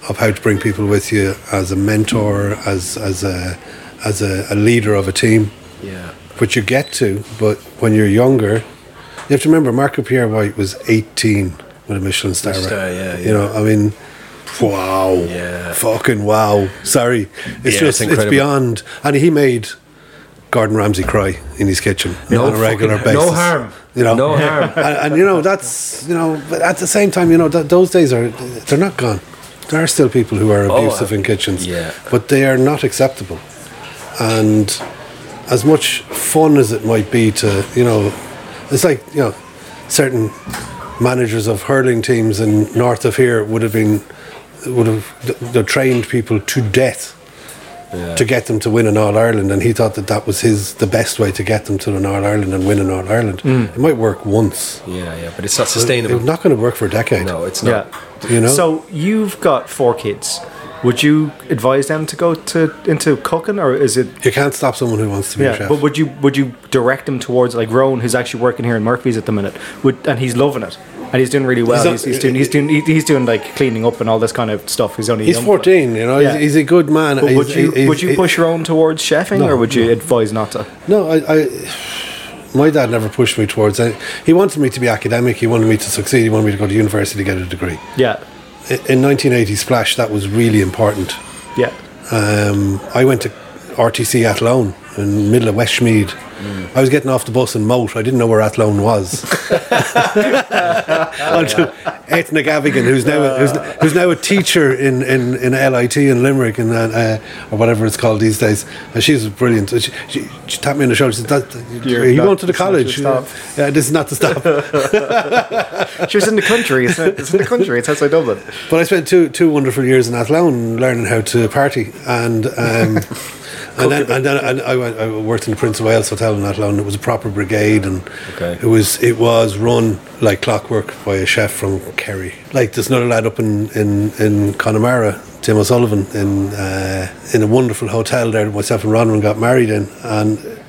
D: of how to bring people with you as a mentor, as, as, a, as a, a leader of a team
F: yeah.
D: which you get to, but when you're younger, you have to remember Marco Pierre White was 18 with a Michelin star.
F: Michelin star,
D: right?
F: yeah,
D: You know, I mean, wow,
F: Yeah.
D: fucking wow. Sorry, it's
F: Yeah, it's
D: just it's
F: incredible.
D: beyond. And he made Gordon Ramsay cry in his kitchen
F: No
D: on a regular
F: fucking-
D: basis.
F: no harm.
D: you know,
F: No harm.
D: And, and you know that's you know, but at the same time, you know th- those days are they're not gone. There are still people who are
F: Oh,
D: abusive
F: uh,
D: in kitchens,
F: yeah.
D: but they are not acceptable. And as much fun as it might be to, you know, it's like, you know, certain managers of hurling teams in north of here would have been, would have, they trained people to death to get them to win an All Ireland, and he thought that that was his the best way to get them to an All Ireland and win an All Ireland. It might work once.
F: Yeah, yeah, but it's not Mm. sustainable.
D: It's not going to work for a decade.
F: No, it's not.
D: You know.
B: So you've got four kids. Would you advise them to go to into cooking, or is it?
D: you can't stop someone who wants to be a
B: Yeah,
D: chef.
B: but would you would you direct them towards like Rowan, who's actually working here in Murphy's at the minute, would and he's loving it, and he's doing really well.
D: not-
B: He's, he's doing he's doing he- he's doing like cleaning up and all this kind of stuff. He's only
D: he's
B: young, but-
D: fourteen. You know,
B: Yeah.
D: he's, he's a good man.
B: But would
D: He's-
B: you
D: he's-
B: would you
D: he-
B: push Rowan towards chefing,
D: No,
B: or would you
D: no.
B: advise not to?
D: No, I, I. My dad never pushed me towards it. He wanted me to be academic. He wanted me to succeed. He wanted me to go to university to get a degree.
B: Yeah,
D: I- In 1980 Splash, that was really important.
B: yeah,
D: Um, I went to RTC Athlone in middle of Westmead. I was getting off the bus in Moat. I didn't know where Athlone was. Until Etna Gavigan, who's now a, who's, who's now a teacher in, in, in LIT in Limerick and uh, or whatever it's called these days, and she's brilliant. She, she, she tapped me on the shoulder. She said, that,
B: You're
D: "Are you
B: not-
D: going to the
B: it's not
D: college?
B: your stop.
D: Yeah, this is not the stop."
B: she was in the country. It's, not, it's in the country. It's outside Dublin.
D: But I spent two two wonderful years in Athlone learning how to party, and um, and then and then and I, went, I worked in the Prince of Wales Hotel in Athlone. It was a proper brigade, and
F: Okay.
D: it was it was run like clockwork by a chef from Kerry. Like there's another lad up in in, in Connemara, Tim O'Sullivan, in uh, in a wonderful hotel there. that Myself and Ronwin got married in, and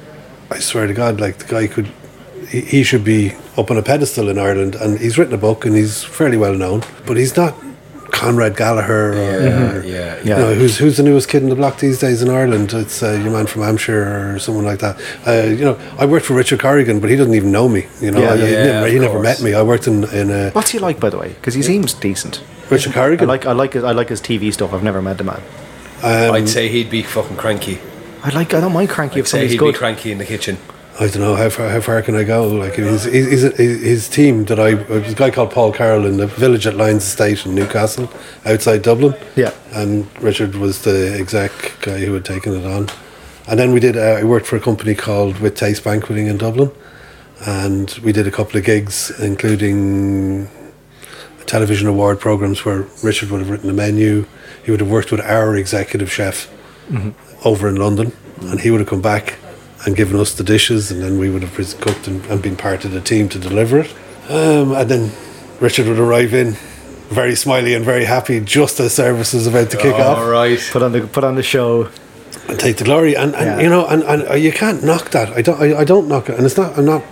D: I swear to God, like the guy could, he, he should be up on a pedestal in Ireland, and he's written a book and he's fairly well known, but he's not Conrad Gallagher or, or-
F: yeah,
D: you know, who's who's the newest kid in the block these days in Ireland? It's uh, your man from Hampshire or someone like that. Uh, you know, I worked for Richard Corrigan, but he doesn't even know me. You know,
B: Yeah,
D: I-
B: yeah,
D: he,
F: of
D: never, he never
F: course.
D: met me. I worked in in uh,
B: What's he like, by the way? Because he seems decent.
D: Richard
B: I
D: Corrigan.
B: like I like his, I like his TV stuff. I've never met the man.
D: Um,
F: I'd say he'd be fucking cranky.
B: I like I don't mind cranky if
F: Say
B: somebody's
F: he'd
B: good.
F: be cranky in the kitchen.
D: I don't know how far, how far can I go? Like his, his, his, his team that I was a guy called Paul Carroll in the village at Lyons Estate in Newcastle, outside Dublin.
B: Yeah.
D: and Richard was the exec guy who had taken it on, and then we did. Uh, I worked for a company called With Taste Banqueting in Dublin, and we did a couple of gigs, including television award programs where Richard would have written the menu. He would have worked with our executive chef over in London, and he would have come back and given us the dishes, and then we would have pres- cooked and, and been part of the team to deliver it. Um, and then Richard would arrive in, very smiley and very happy, just as service was about to kick
C: Oh,
D: off,
F: All right.
B: Put on the put on the show.
D: and take the glory. And, and
B: Yeah.
D: you know, and, and uh, you can't knock that. I don't. I, I don't knock it, and it's not. I'm not.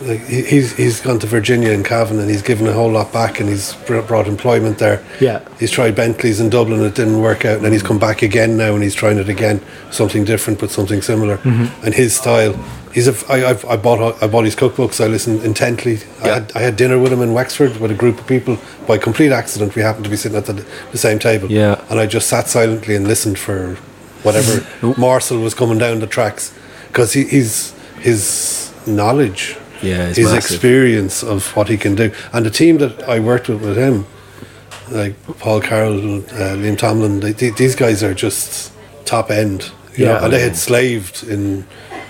D: Like he- he's he's gone to Virginia and Cavan, and he's given a whole lot back, and he's br- brought employment there.
B: Yeah.
D: He's tried Bentleys in Dublin, it didn't work out, and then he's come back again now, and he's trying it again, something different but something similar.
B: Mm-hmm.
D: And his style, he's a, f- I, I've, I bought I bought his cookbooks. I listened intently. I,
F: Yeah.
D: had, I had dinner with him in Wexford with a group of people. By complete accident, we happened to be sitting at the, the same table.
F: Yeah.
D: And I just sat silently and listened for whatever morsel was coming down the tracks, because he, he's his knowledge.
F: Yeah, it's
D: his
F: massive.
D: experience of what he can do, and the team that I worked with with him, like Paul Carroll, uh, Liam Tomlin, they, th these guys are just top end. You know,
B: Yeah.
D: and they had slaved in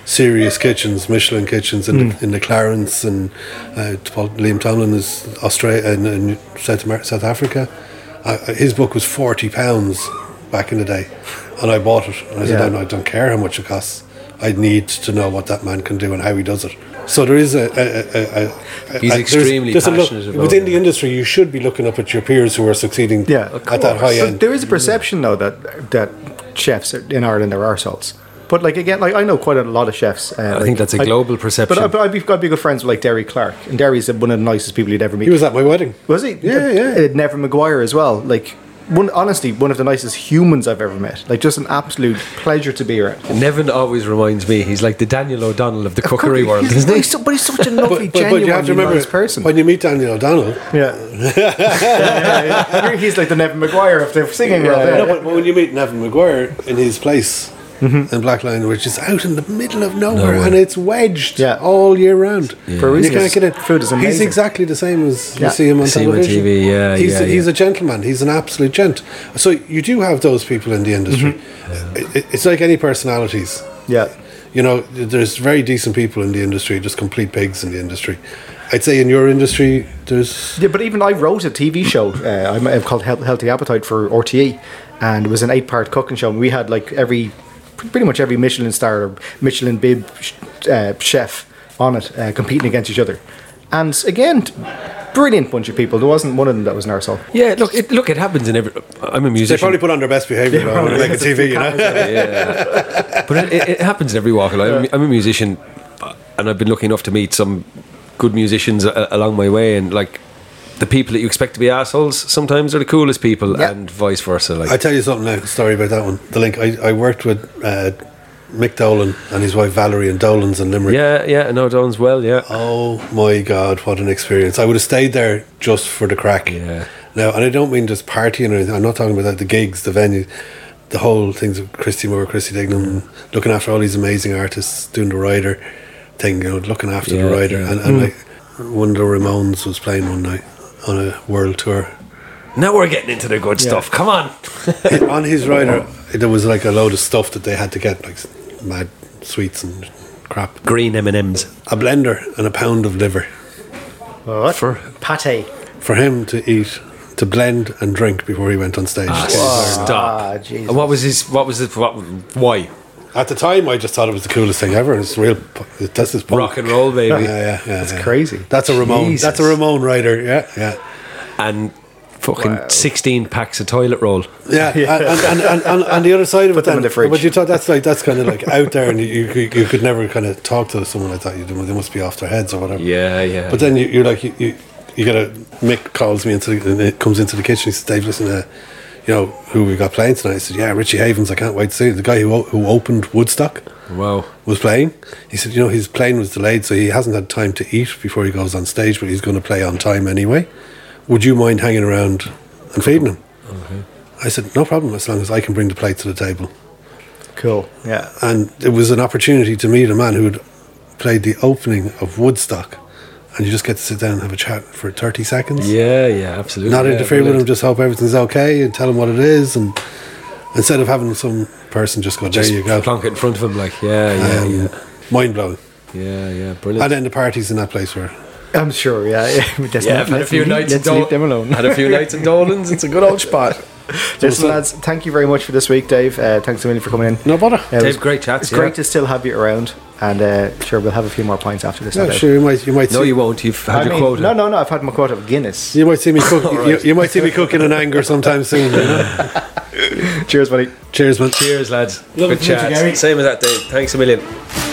D: serious kitchens, Michelin kitchens in,
F: Hmm.
D: the, in the Clarence, and uh, Paul, Liam Tomlin is Australia and, and South, Amer- South Africa. Uh, uh, his book was forty pounds back in the day, and I bought it. And I said,
B: Yeah.
D: "No, no, I don't care how much it costs. I need to know what that man can do and how he does it." So there is a, a, a, a, a
F: He's
D: a-
F: extremely
D: a look-
F: passionate about
D: within
F: it.
D: the industry. You should be looking up at your peers who are succeeding
B: Yeah, of
D: at that high
B: But
D: end.
B: there is a perception though that that chefs are- in Ireland are arseholes. But like again, like I know quite a lot of chefs. Uh, I
F: think that's a global perception.
B: But, I, but I'd, be, I'd be good friends with like Derry Clark, and Derry's one of the nicest people you'd ever meet.
D: He was at my wedding.
B: Was he?
D: Yeah, yeah.
B: Uh, Neville Maguire as well. Like, one honestly, one of the nicest humans I've ever met. Like, just an absolute pleasure to be around.
F: Nevin always reminds me he's like the Daniel O'Donnell of the cookery world,
B: He's,
F: isn't he?
B: he's so- but he's such a lovely, genuine, nice person.
D: when you meet Daniel O'Donnell.
B: yeah. yeah, yeah, yeah. He's like the Neville Maguire of the singing world. Yeah.
D: No, but when you meet Nevin Maguire in his place
B: Mm-hmm.
D: in Blackline, which is out in the middle of nowhere,
F: Nowhere.
D: and it's wedged
B: Yeah.
D: all year round.
B: For
D: And you
B: reasons,
D: can't get in.
B: food is
D: He's
B: amazing.
D: exactly the same as
B: Yeah.
D: you see him on
F: See him on
D: television.
F: TV, yeah,
D: he's
F: yeah,
D: a, he's
F: yeah.
D: a gentleman. He's an absolute gent. So you do have those people in the industry.
B: Mm-hmm.
D: I- I- It's like any personalities.
B: yeah.
D: You know, there's very decent people in the industry. There's complete pigs in the industry. I'd say in your industry, there's
B: Yeah, but even I wrote a TV show uh, I'm- I'm called Heal- Healthy Appetite for RTE, and it was an eight-part cooking show. And we had like every, pretty much every Michelin star or Michelin bib sh- uh, chef on it uh, competing against each other. And again, brilliant bunch of people. There wasn't one of them that was an arsehole.
C: Yeah, look, it, look, it happens in every. I'm a
D: They
C: musician.
D: probably put on their best behaviour though, when they make a TV, you know.
C: but it, it, it happens in every walk of life. I'm, I'm a musician, uh, and I've been lucky enough to meet some good musicians a- along my way, and like the people that you expect to be assholes sometimes are the coolest people,
B: Yeah.
C: and vice versa. Like,
D: I tell you something now, story about that one. The link I, I worked with uh, Mick Dolan and his wife Valerie and Dolan's in Limerick.
C: yeah, yeah, no, Don's well, yeah.
D: Oh my god, what an experience! I would have stayed there just for the crack.
C: Yeah.
D: Now, and I don't mean just partying or anything. I'm not talking about that. The gigs, the venues, the whole things with Christy Moore, Christy Dignam, looking after all these amazing artists, doing the rider thing, you know, looking after the
C: Yeah,
D: rider.
C: yeah.
D: And, and like, one of the Ramones was playing one night on a world tour.
C: Now we're getting into the good stuff. Come on.
D: on his rider, there was like a load of stuff that they had to get, like s- mad sweets and crap.
C: Green M and M's.
D: A blender and a pound of liver.
B: What? For pate.
D: for him to eat, to blend and drink before he went on stage.
C: Ah, Stop.
B: Ah, Jesus.
C: And what was his? What was the? What, why?
D: At the time, I just thought it was the coolest thing ever. It's real. pu- That's his punk.
C: Rock and roll,
D: Yeah,
C: baby.
D: yeah, yeah. That's
B: crazy.
D: That's a Ramon.
C: Jesus.
D: That's a Ramon rider. Yeah, yeah.
C: and fucking 16 packs of toilet roll.
D: Yeah, And, and, and, and, and the other side of it,
B: them in
D: then,
B: the fridge.
D: but you thought that's like that's kind of like out there, and you, you, you could never kind of talk to someone like that. You they must be off their heads or whatever.
C: Yeah, yeah.
D: But then you, you're like, you, you, you gotta, Mick calls me into the, and it comes into the kitchen. He says, Dave, listen, uh, you know, who we got playing tonight? I said, yeah, Richie Havens. I can't wait to see it. The guy who, o- who opened Woodstock
C: wow.
D: was playing. He said, you know, his plane was delayed, so he hasn't had time to eat before he goes on stage, but he's going to play on time anyway. Would you mind hanging around and feeding him? I said, no problem, as long as I can bring the plate to the table
B: Cool. Yeah.
D: and it was an opportunity to meet a man who had played the opening of Woodstock, and you just get to sit down and have a chat for thirty seconds,
C: Yeah, yeah, absolutely.
D: not
C: yeah,
D: interfere with
C: brilliant.
D: him, just hope everything's okay, and tell him what it is, and instead of having some person just go, "There
C: Just
D: you go,"
C: Plonk it in front of him, like, yeah, yeah,
D: Um, mind blowing.
C: yeah, yeah, yeah,
D: And
C: brilliant.
D: then the parties in that place were
B: I'm sure, yeah.
C: Yeah, I've had a few nights in
B: Let's leave them
C: Dol-
B: alone.
C: had a few nights in Dolan's. It's a good old spot.
B: Listen, lads, thank you very much for this week, Dave. Uh, thanks a million for coming in.
D: no bother.
B: Uh, it was-
C: Dave, great chats,
B: It's
C: yeah.
B: great to still have you around, and uh, sure, we'll have a few more pints after this.
D: Yeah,
B: Dave.
D: sure, you might you might
C: No,
D: see,
C: you
D: you,
C: won't. You've had
B: I
C: your
B: mean,
C: quota.
B: no, no, no. I've had my quota of Guinness.
D: might see me cook. you, you might see me cooking in anger sometime soon. you know?
B: Cheers, buddy.
D: Cheers, man.
C: Cheers, lads.
G: Lovely
C: good
G: to meet you, Gary.
C: chat. Same as that, Dave. Thanks a million.